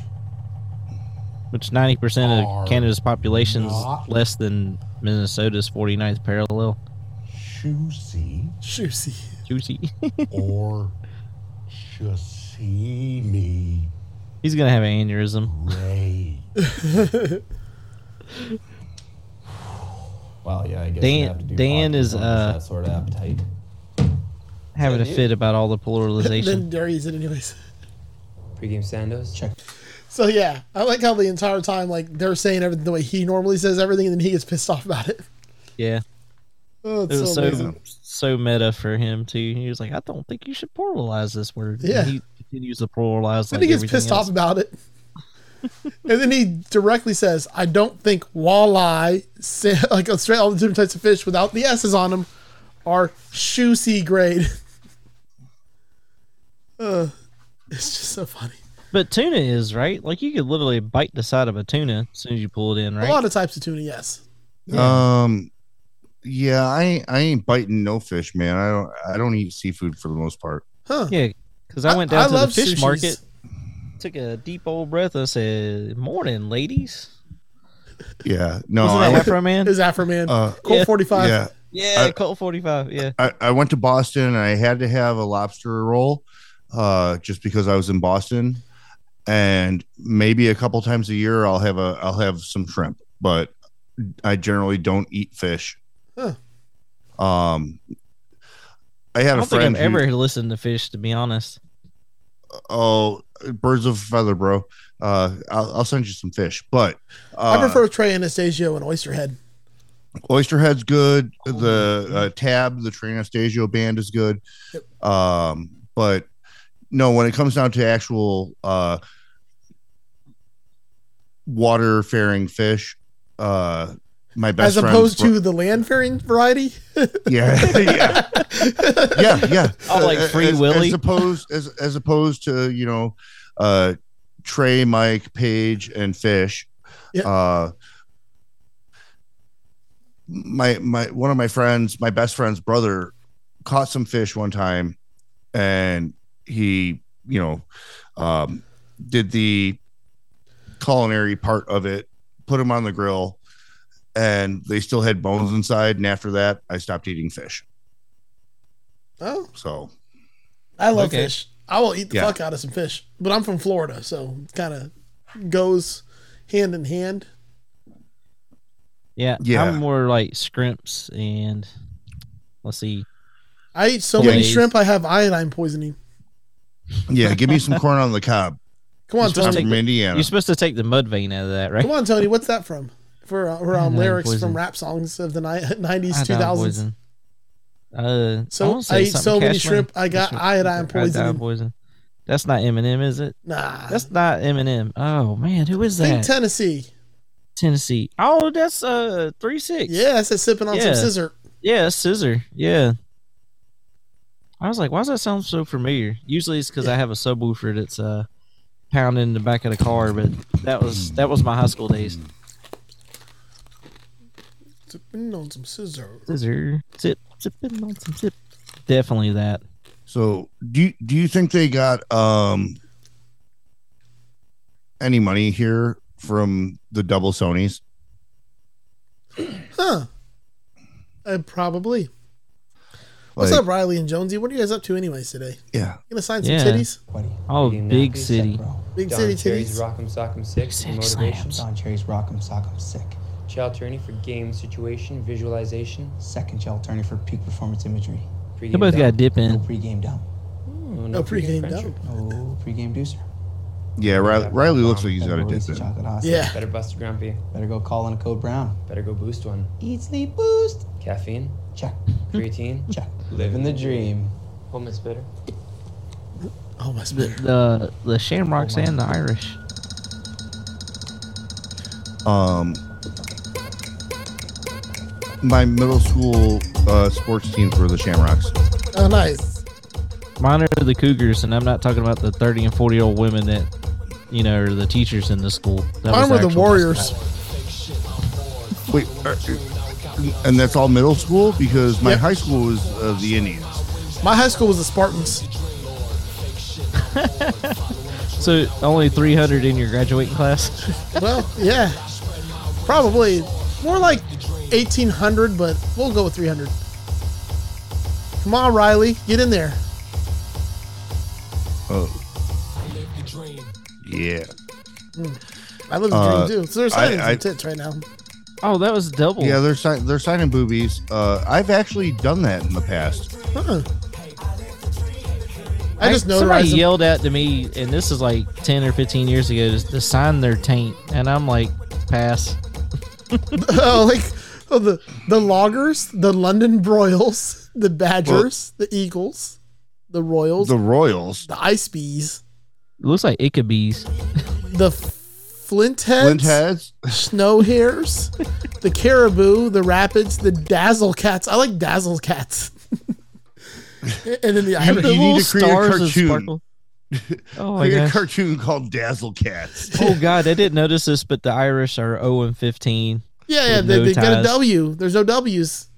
Speaker 3: which 90%
Speaker 8: Are
Speaker 3: of Canada's population is
Speaker 8: not-
Speaker 3: less than Minnesota's 49th parallel.
Speaker 8: Juicy.
Speaker 2: Juicy.
Speaker 3: Juicy.
Speaker 8: or sashimi
Speaker 3: He's going to have an aneurysm.
Speaker 8: ray.
Speaker 6: Wow, yeah, I guess
Speaker 3: Dan-
Speaker 6: you have to do
Speaker 3: Dan
Speaker 6: podcasts
Speaker 3: is,
Speaker 6: on
Speaker 3: uh,
Speaker 6: that sort of appetite.
Speaker 3: Having a
Speaker 9: dude.
Speaker 3: fit about all the
Speaker 2: Then
Speaker 3: polarization.
Speaker 2: Derry's it anyways.
Speaker 5: Pre-game Sandoz. Check.
Speaker 2: So yeah, I like how the entire time like they're saying everything the way he normally says everything, and then he gets pissed off about it.
Speaker 3: yeah.
Speaker 2: Oh,
Speaker 3: It
Speaker 2: it's
Speaker 3: was
Speaker 2: so, amazing.
Speaker 3: so, so meta for him, too. He was like, I don't think you should pluralize this word. And
Speaker 2: Yeah.
Speaker 3: he continues to pluralize.
Speaker 2: Then
Speaker 3: Like
Speaker 2: he gets pissed off about it. and then he directly says, I don't think walleye, sa- like uh, straight all the different types of fish without the S's on them, are shoesy grade. uh, it's just so funny.
Speaker 3: But tuna is, right? Like, you could literally bite the side of a tuna as soon as you pull it in, right?
Speaker 2: A lot of types of tuna, yes.
Speaker 1: Um, yeah, I ain't- I ain't biting no fish, man. I don't I don't eat seafood for the most part.
Speaker 3: Yeah, because I went down
Speaker 2: I
Speaker 3: to the
Speaker 2: love
Speaker 3: fish
Speaker 2: sushis.
Speaker 3: market, took a deep old breath, and said, "Morning, ladies."
Speaker 1: Yeah, no,
Speaker 3: Wasn't
Speaker 1: Oh, I
Speaker 3: that
Speaker 1: went,
Speaker 3: Afro Man?
Speaker 2: It was Afro Man.
Speaker 1: uh,
Speaker 2: Colt
Speaker 3: yeah.
Speaker 2: 45.
Speaker 1: yeah,
Speaker 3: yeah,
Speaker 1: I-
Speaker 3: Colt Forty Five. Yeah,
Speaker 1: I, I went to Boston and I had to have a lobster roll, uh, just because I was in Boston, and maybe a couple times a year I'll have a I'll have some shrimp, but I generally don't eat fish.
Speaker 2: Huh.
Speaker 1: Um, I had
Speaker 3: I don't
Speaker 1: a
Speaker 3: think
Speaker 1: friend
Speaker 3: I've
Speaker 1: who-
Speaker 3: ever listened to fish, to be honest.
Speaker 1: oh birds of a feather, bro. Uh, I'll, I'll send you some fish, but uh,
Speaker 2: I prefer Trey Anastasio and Oysterhead.
Speaker 1: Oysterhead's good.
Speaker 2: Oh,
Speaker 1: The uh, Tab, the Train Anastasio band is good. Um, but no, when it comes down to actual uh, water faring fish, uh, my best
Speaker 2: As opposed
Speaker 1: friend's
Speaker 2: to the land faring variety.
Speaker 1: bro- yeah, yeah, yeah, yeah.
Speaker 3: Oh, like Free
Speaker 1: as,
Speaker 3: Willy?
Speaker 1: as opposed as as opposed to you know, uh, Trey, Mike, Page, and Fish.
Speaker 2: Yeah.
Speaker 1: Uh, my my one of my friends, my best friend's brother, caught some fish one time, and he you know, um, did the culinary part of it, put them on the grill, and they still had bones inside. And after that, I stopped eating fish.
Speaker 2: Oh,
Speaker 1: So
Speaker 2: I love
Speaker 3: Okay.
Speaker 2: fish. I will eat the
Speaker 1: Yeah.
Speaker 2: fuck out of some fish, but I'm from Florida, so kind of goes hand in hand.
Speaker 3: Yeah,
Speaker 1: Yeah.
Speaker 3: I'm more like scrimps and let's see.
Speaker 2: I eat so
Speaker 1: Yeah,
Speaker 2: many
Speaker 3: you-
Speaker 2: shrimp, I have iodine poisoning.
Speaker 1: yeah, give me some corn on the cob.
Speaker 2: Come on,
Speaker 1: I'm
Speaker 2: Tony.
Speaker 1: from Indiana.
Speaker 3: You're supposed to take the mud vein out of that, right?
Speaker 2: Come on, Tony. What's that from? For uh, for um,
Speaker 3: Iodine
Speaker 2: lyrics
Speaker 3: poison.
Speaker 2: from rap songs of the nineties,
Speaker 3: I
Speaker 2: two
Speaker 3: died
Speaker 2: thousands.
Speaker 3: poison. Uh, I
Speaker 2: So
Speaker 3: wanna say
Speaker 2: I ate so
Speaker 3: something
Speaker 2: many
Speaker 3: Cashman-
Speaker 2: shrimp, I got
Speaker 3: Cashman-
Speaker 2: iodine
Speaker 3: I died
Speaker 2: poisoning.
Speaker 3: poison. That's not Eminem, is it?
Speaker 2: Nah.
Speaker 3: That's not Eminem. Oh man, who is
Speaker 2: Think
Speaker 3: that?
Speaker 2: Tennessee.
Speaker 3: Tennessee. Oh, that's uh three six.
Speaker 2: Yeah, that's it sipping on
Speaker 3: Yeah.
Speaker 2: some scissor.
Speaker 3: Yeah, that's Scissor. Yeah. I was like, why does that sound so familiar? Usually it's because I have a subwoofer that's uh pounding in the back of the car, but that was that was my high school days.
Speaker 2: Sipping on some scissor.
Speaker 3: Scissor, zip, zipping on some zip. Definitely that.
Speaker 1: So do you, do you think they got um any money here from the double Sony's?
Speaker 2: Huh. Uh, probably. What's
Speaker 1: Like,
Speaker 2: up, Riley and Jonesy? What are you guys up to anyways today?
Speaker 1: Yeah.
Speaker 2: You gonna sign some
Speaker 3: Yeah.
Speaker 2: titties?
Speaker 6: Buddy,
Speaker 3: Oh,
Speaker 9: Do not
Speaker 3: big
Speaker 9: be sick,
Speaker 3: city.
Speaker 9: bro.
Speaker 2: Big
Speaker 9: Don
Speaker 2: city
Speaker 9: Cherry's
Speaker 2: titties.
Speaker 9: Rock'em Sock'em Six for
Speaker 3: Sick
Speaker 9: motivation.
Speaker 3: slams.
Speaker 6: Don Cherry's Rock'em Sock'em Sick.
Speaker 9: Shell Turney for game situation visualization.
Speaker 6: Second gel attorney for peak performance imagery.
Speaker 9: Pre-game
Speaker 3: They both got
Speaker 9: dump.
Speaker 3: a dip
Speaker 6: No
Speaker 3: in.
Speaker 6: pregame dump.
Speaker 9: Oh,
Speaker 2: No pregame
Speaker 9: friendship.
Speaker 2: dope.
Speaker 6: No pregame deucer.
Speaker 1: Yeah, Riley, Riley looks like he's got
Speaker 6: Better
Speaker 1: a
Speaker 6: release
Speaker 1: dip
Speaker 6: the
Speaker 1: in.
Speaker 6: chocolate hot sauce.
Speaker 2: Yeah.
Speaker 9: Better bust a grumpy.
Speaker 6: Better go call in a code brown.
Speaker 9: Better go boost one.
Speaker 6: Eat, sleep, boost.
Speaker 9: Caffeine.
Speaker 6: Check,
Speaker 9: Creatine.
Speaker 6: check. Living the dream.
Speaker 9: Home is bitter.
Speaker 2: Oh my spit.
Speaker 3: The the, the Shamrocks and the Irish.
Speaker 1: Um my middle school uh, sports teams were the Shamrocks.
Speaker 2: Oh nice.
Speaker 3: Mine are the Cougars, and I'm not talking about the 30 and 40 year old women that, you know, are the teachers in the school. That was
Speaker 2: Mine were the
Speaker 3: actual-
Speaker 2: Warriors.
Speaker 1: Wait, are- and that's all middle school because my high school was uh, the Indians.
Speaker 2: My high school was the Spartans.
Speaker 3: So only 300 in your graduating class.
Speaker 2: Well, yeah. Probably more like 1800, but we'll go with 300. Come on, Riley. Get in there.
Speaker 1: Oh. Yeah.
Speaker 2: I live in
Speaker 1: Uh,
Speaker 2: dream too. So they're signing
Speaker 1: I- I-
Speaker 2: some tits right now.
Speaker 3: Oh, that was double.
Speaker 1: Yeah, they're si- they're signing boobies. Uh, I've actually done that in the past.
Speaker 2: Huh. I, just
Speaker 3: somebody
Speaker 2: notarized them.
Speaker 3: yelled out to me, and this is like 10 or 15 years ago, to, to sign their taint. And I'm like, pass.
Speaker 2: oh, like oh, the the loggers, the London Broils, the Badgers, the Eagles, the Royals,
Speaker 1: The
Speaker 2: the,
Speaker 1: Royals,
Speaker 2: Ice Bees,
Speaker 3: It looks like Ickabees.
Speaker 2: the Flint Heads,
Speaker 1: Flint heads.
Speaker 2: Snow Hares, the Caribou, the Rapids, the Dazzle Cats. I like Dazzle Cats. and then the Irish.
Speaker 1: You need to create a cartoon.
Speaker 3: oh, my
Speaker 1: Like a
Speaker 3: gosh.
Speaker 1: cartoon called Dazzle Cats.
Speaker 3: oh, God. I didn't notice this, but the Irish are 0 and 15.
Speaker 2: Yeah, yeah,
Speaker 3: With
Speaker 2: they,
Speaker 3: no
Speaker 2: they got a
Speaker 3: ties.
Speaker 2: W. There's no W's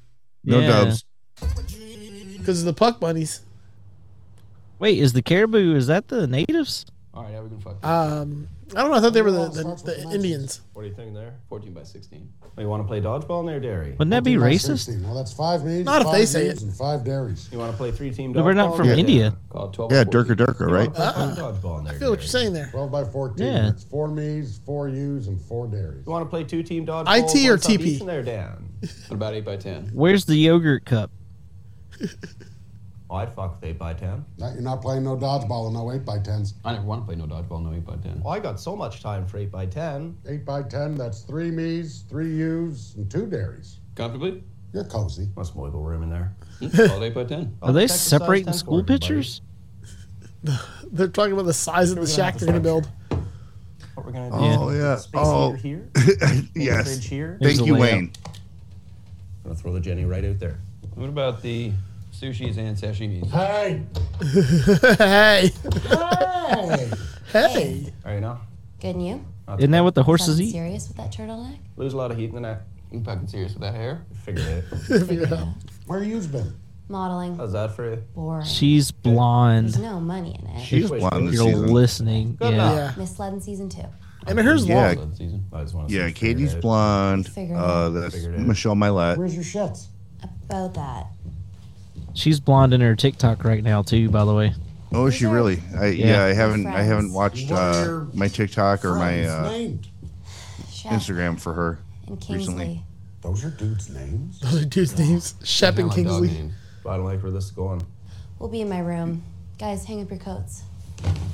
Speaker 1: No
Speaker 3: Yeah.
Speaker 1: dubs.
Speaker 2: because of the puck bunnies.
Speaker 3: Wait, is the caribou, is that the natives?
Speaker 9: All right, now we can fuck.
Speaker 2: Um, I don't know. I thought they were the, the, the Indians.
Speaker 5: What do you think there?
Speaker 9: Fourteen by sixteen.
Speaker 5: Oh, you want to play dodgeball in there, Dairy?
Speaker 3: Wouldn't that be
Speaker 8: By
Speaker 3: racist?
Speaker 8: 16. Well, that's five means,
Speaker 2: Not if
Speaker 8: five
Speaker 2: they say
Speaker 8: means,
Speaker 2: it.
Speaker 8: and five dairies.
Speaker 5: You want to play three team dodgeball?
Speaker 3: No, we're not from
Speaker 5: in there?
Speaker 3: India.
Speaker 9: Called twelve.
Speaker 1: Yeah,
Speaker 9: by 14.
Speaker 1: Durka Durka, right?
Speaker 5: You wanna play dodgeball in there,
Speaker 2: I feel what you're
Speaker 5: Dairy?
Speaker 2: saying there.
Speaker 8: Twelve by fourteen.
Speaker 3: Yeah.
Speaker 8: It's four me's, four u's, and four dairies.
Speaker 5: You want to play two team dodgeball?
Speaker 2: IT or
Speaker 5: one stop
Speaker 2: TP?
Speaker 5: each in there, Dan?
Speaker 9: What about eight by ten?
Speaker 3: Where's the yogurt cup?
Speaker 5: Oh, I'd fuck with eight by ten.
Speaker 8: Not, you're not playing no dodgeball and no eight by tens.
Speaker 9: I never want to play no dodgeball, no eight by ten.
Speaker 5: Oh, I got so much time for eight by ten.
Speaker 8: Eight by ten. That's three me's, three u's, and two dairies.
Speaker 9: Comfortably?
Speaker 8: You're cozy.
Speaker 5: Must wiggle room in there.
Speaker 9: Hmm, Called eight by ten.
Speaker 3: Are they
Speaker 5: check the size
Speaker 3: separating
Speaker 5: 10
Speaker 3: school
Speaker 5: for you, buddy.
Speaker 3: pictures?
Speaker 2: They're talking about the size of the shack they're going to build.
Speaker 5: What we're gonna do?
Speaker 1: Oh yeah.
Speaker 5: Space
Speaker 1: Oh
Speaker 5: heater here.
Speaker 1: yes.
Speaker 5: Fridge here.
Speaker 3: Here's
Speaker 1: Thank
Speaker 3: the
Speaker 1: you,
Speaker 3: layout.
Speaker 1: Wayne.
Speaker 5: I'm gonna throw the Jenny right out there.
Speaker 9: What about the sushis and sashimis? All
Speaker 8: Hey,
Speaker 2: hey,
Speaker 8: hey.
Speaker 2: hey.
Speaker 9: right, now
Speaker 7: Good and you?
Speaker 3: Isn't that what the horses
Speaker 1: E.
Speaker 7: Sounds
Speaker 3: eat?
Speaker 7: serious with that turtleneck?
Speaker 5: Lose a lot of heat in the neck.
Speaker 9: you fucking serious with that hair?
Speaker 5: Figure it. out.
Speaker 7: Figure it out.
Speaker 8: Where you's been?
Speaker 7: Modeling.
Speaker 1: Uh,
Speaker 5: How's that for you?
Speaker 7: Boring.
Speaker 3: She's
Speaker 7: There's
Speaker 3: blonde.
Speaker 7: no money in it.
Speaker 1: She's
Speaker 5: Wait,
Speaker 1: blonde this
Speaker 3: You're
Speaker 1: season.
Speaker 3: listening.
Speaker 5: Good
Speaker 3: yeah.
Speaker 2: Yeah.
Speaker 7: Miss Led in season two.
Speaker 2: And her hair's
Speaker 1: Yeah.
Speaker 2: long.
Speaker 9: That season.
Speaker 5: I just want to.
Speaker 1: Yeah, Katie's blonde.
Speaker 7: Figure it
Speaker 1: Uh,
Speaker 7: out.
Speaker 1: that's
Speaker 5: Figure it out.
Speaker 1: Michelle Milat.
Speaker 8: Where's your shits?
Speaker 7: About that.
Speaker 3: She's blonde in her TikTok right now too, by the way.
Speaker 1: Oh, is she really? I, yeah.
Speaker 3: Yeah.
Speaker 1: I haven't. I haven't
Speaker 7: Friends.
Speaker 1: watched
Speaker 8: What are
Speaker 1: uh,
Speaker 8: your
Speaker 1: my TikTok or my uh,
Speaker 8: named.
Speaker 7: Shep
Speaker 1: Instagram for her.
Speaker 7: and Kingsley.
Speaker 1: recently.
Speaker 8: Those are dudes' names.
Speaker 2: Those are dudes' names. Shep and Kingsley.
Speaker 5: I don't like where this is going.
Speaker 7: We'll be in my room. Guys, hang up your coats.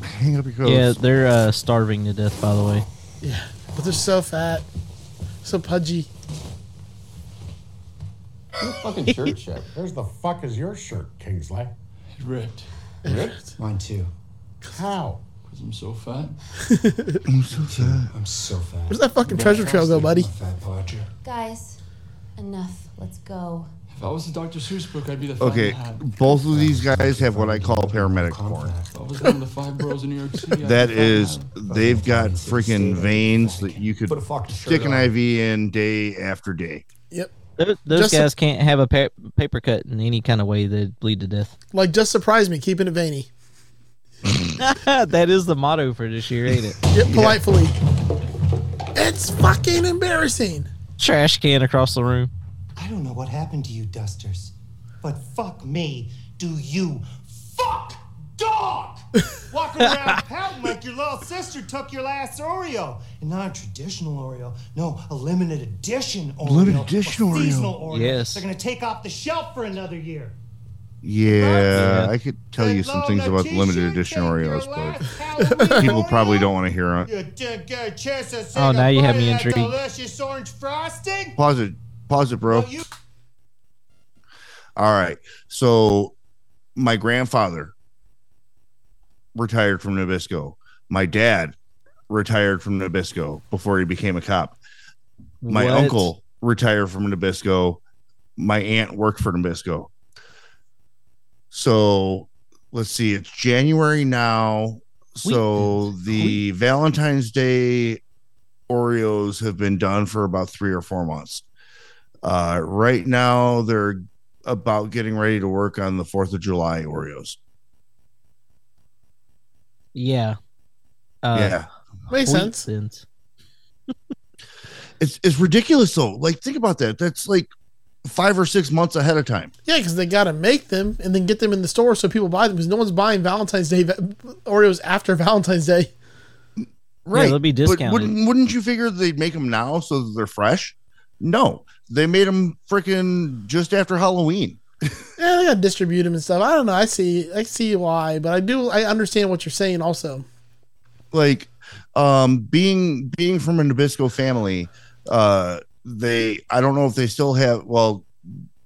Speaker 1: Hang up your coats.
Speaker 3: Yeah, they're uh, starving to death, by the way.
Speaker 2: Yeah. But they're so fat. So pudgy.
Speaker 9: Your fucking shirt check.
Speaker 8: Where's the fuck is your shirt, Kingsley?
Speaker 9: Ripped. Ripped? Mine too.
Speaker 8: How?
Speaker 10: I'm so fat.
Speaker 1: I'm so sad.
Speaker 10: I'm so fat.
Speaker 2: Where's that fucking treasure trail go, buddy?
Speaker 10: Fat Podger.
Speaker 7: Guys, enough. Let's go.
Speaker 10: If I was a Dr. Seuss book, I'd be the fat
Speaker 1: Okay,
Speaker 10: hat.
Speaker 1: both of these guys have what I call paramedic porn.
Speaker 10: If I was one of the five bros in New York City, I'd
Speaker 1: That
Speaker 10: be the fat
Speaker 1: is,
Speaker 10: hat.
Speaker 1: they've got freaking veins that you could
Speaker 10: Put a fucking shirt
Speaker 1: stick an
Speaker 10: on.
Speaker 1: IV in day after day.
Speaker 2: Yep.
Speaker 3: Those, those
Speaker 2: Just-
Speaker 3: guys can't have a pa- paper cut in any kind of way. They'd bleed to death.
Speaker 2: Like, just surprise me, keeping it veiny.
Speaker 3: that is the motto for this year, ain't it?
Speaker 2: Yep, politely. It's fucking embarrassing.
Speaker 3: Trash can across the room.
Speaker 4: I don't know what happened to you, Dusters, but fuck me, do you fuck dog? Walk around pouting like your little sister took your last Oreo, and not a traditional Oreo, no, a limited edition Oreo,
Speaker 1: Limited
Speaker 4: a
Speaker 1: edition Oreo.
Speaker 4: seasonal Oreo.
Speaker 3: Yes.
Speaker 4: they're gonna take off the shelf for another year.
Speaker 1: Yeah, I could tell you
Speaker 4: And
Speaker 1: some
Speaker 4: Lola
Speaker 1: things about
Speaker 4: T-shirt
Speaker 1: limited edition
Speaker 4: take your
Speaker 1: Oreos, but
Speaker 4: last Halloween
Speaker 1: people probably
Speaker 4: Oreo.
Speaker 1: don't want to hear it.
Speaker 4: You did get a chance to
Speaker 3: Oh, now you have me
Speaker 4: intrigued.
Speaker 3: intrigued.
Speaker 4: Delicious orange frosting.
Speaker 1: Pause it. Pause it, bro.
Speaker 4: Well, you-
Speaker 1: All right. So my grandfather retired from Nabisco. My dad retired from Nabisco before he became a cop. My
Speaker 3: What?
Speaker 1: uncle retired from Nabisco. My aunt worked for Nabisco. So let's see, it's January now. So the Valentine's Day Oreos have been done for about three or four months. Uh, right now, they're about getting ready to work on the Fourth of July Oreos.
Speaker 3: Yeah. Uh,
Speaker 1: yeah,
Speaker 2: Makes
Speaker 3: Point
Speaker 2: sense.
Speaker 3: sense.
Speaker 1: it's it's ridiculous though. Like think about that. That's like five or six months ahead of time.
Speaker 2: Yeah, because they got to make them and then get them in the store so people buy them because no one's buying Valentine's Day va- Oreos after Valentine's Day.
Speaker 1: Right.
Speaker 3: they'll be
Speaker 1: But
Speaker 3: discounted.
Speaker 1: wouldn't wouldn't you figure they'd make them now so that they're fresh? No, they made them freaking just after Halloween.
Speaker 2: Yeah, they got to distribute them and stuff. I don't know. I see. I see why, but I do. I understand what you're saying. Also,
Speaker 1: like um being being from a Nabisco family, uh they I don't know if they still have well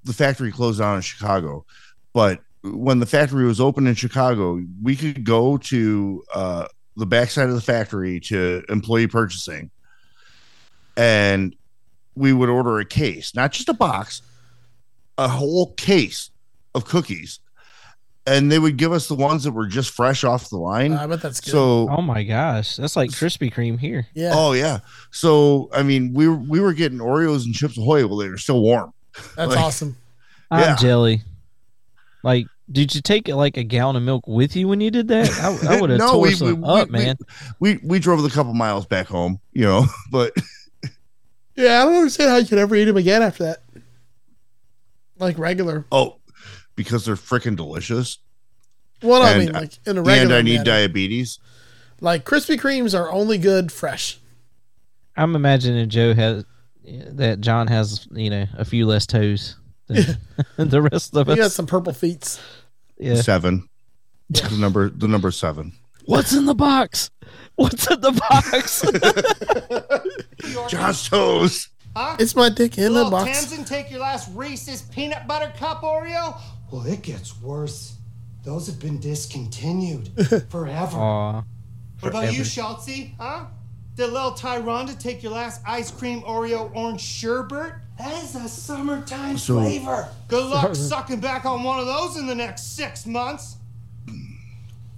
Speaker 1: the factory closed down in Chicago, but when the factory was open in Chicago, we could go to uh the backside of the factory to employee purchasing and we would order a case, not just a box, a whole case of cookies. And they would give us the ones that were just fresh off the line.
Speaker 2: I bet that's good.
Speaker 1: so
Speaker 3: Oh my gosh, that's like Krispy Kreme here.
Speaker 2: yeah,
Speaker 1: Oh yeah. So I mean, we were, we were getting Oreos and chips Ahoy while they were still warm.
Speaker 2: that's
Speaker 1: like-
Speaker 2: awesome.
Speaker 3: I'm
Speaker 1: Yeah.
Speaker 3: jelly. Like, did you take like a gallon of milk with you when you did that? I, I would have
Speaker 1: No,
Speaker 3: tore
Speaker 1: we-
Speaker 3: some
Speaker 1: we-
Speaker 3: up,
Speaker 1: we-
Speaker 3: man.
Speaker 1: We we drove the couple miles back home, you know. But
Speaker 2: Yeah, I don't understand how you could ever eat them again after that. Like regular.
Speaker 1: oh, because they're freaking delicious,
Speaker 2: Well, I
Speaker 1: And
Speaker 2: mean,
Speaker 1: I-
Speaker 2: like in a regular.
Speaker 1: and I need
Speaker 2: manner.
Speaker 1: diabetes.
Speaker 2: Like Krispy Kremes are only good fresh.
Speaker 3: I'm imagining Joe has that John has you know a few less toes than the rest of
Speaker 2: You got
Speaker 3: us.
Speaker 2: some purple feets.
Speaker 3: Yeah.
Speaker 1: Seven. The number the number seven.
Speaker 3: What's in the box? What's in the box?
Speaker 1: Josh toes.
Speaker 4: Huh?
Speaker 2: It's my dick in the
Speaker 4: Little
Speaker 2: box.
Speaker 4: Tamsin, take your last Reese's peanut butter cup Oreo. Well, it gets worse. Those have been discontinued forever.
Speaker 3: Aw,
Speaker 4: what about
Speaker 3: forever.
Speaker 4: you, Schultzy? Huh? Did little Tyronda take your last ice cream Oreo orange sherbet? That is a summertime
Speaker 1: So-
Speaker 4: flavor. Good luck sucking back on one of those in the next six months.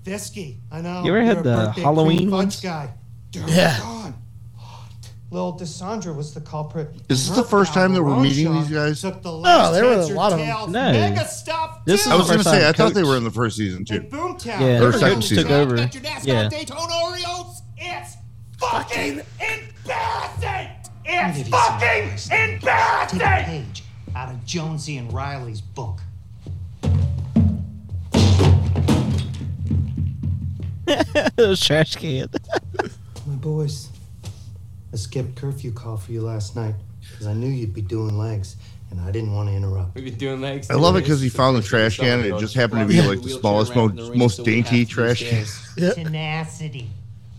Speaker 4: Fisky, I know.
Speaker 3: You ever had
Speaker 4: you're a
Speaker 3: the
Speaker 4: birthday cream
Speaker 3: Halloween
Speaker 4: fudge
Speaker 3: ones?
Speaker 4: guy. Darn
Speaker 2: Yeah.
Speaker 4: gone. Little Desandra was the culprit.
Speaker 1: Is this the first time that we're meeting these guys?
Speaker 4: Took the last
Speaker 2: there were a
Speaker 4: Spencer
Speaker 2: lot of them.
Speaker 4: Tails
Speaker 3: No.
Speaker 4: Mega stuff.
Speaker 3: This
Speaker 4: too.
Speaker 1: I
Speaker 3: This
Speaker 1: was gonna
Speaker 3: is the
Speaker 1: say I
Speaker 3: first time
Speaker 1: thought they
Speaker 3: Coach-
Speaker 1: were in the first season too.
Speaker 4: And Boomtown.
Speaker 3: Yeah,
Speaker 1: Or second season.
Speaker 4: Got
Speaker 3: over.
Speaker 4: your NASCAR
Speaker 3: Yeah.
Speaker 4: Daytona Oreos. It's fucking embarrassing.
Speaker 5: It's
Speaker 4: fucking
Speaker 5: embarrassing!
Speaker 4: Take a page out of Jonesy and Riley's book.
Speaker 3: those trash can.
Speaker 4: My boys, I skipped curfew call for you last night because I knew you'd be doing legs and I didn't want to interrupt.
Speaker 9: We've been doing legs.
Speaker 1: I love it because he found the trash can. and It just happened to be like the smallest, most, most dainty trash can.
Speaker 4: Tenacity.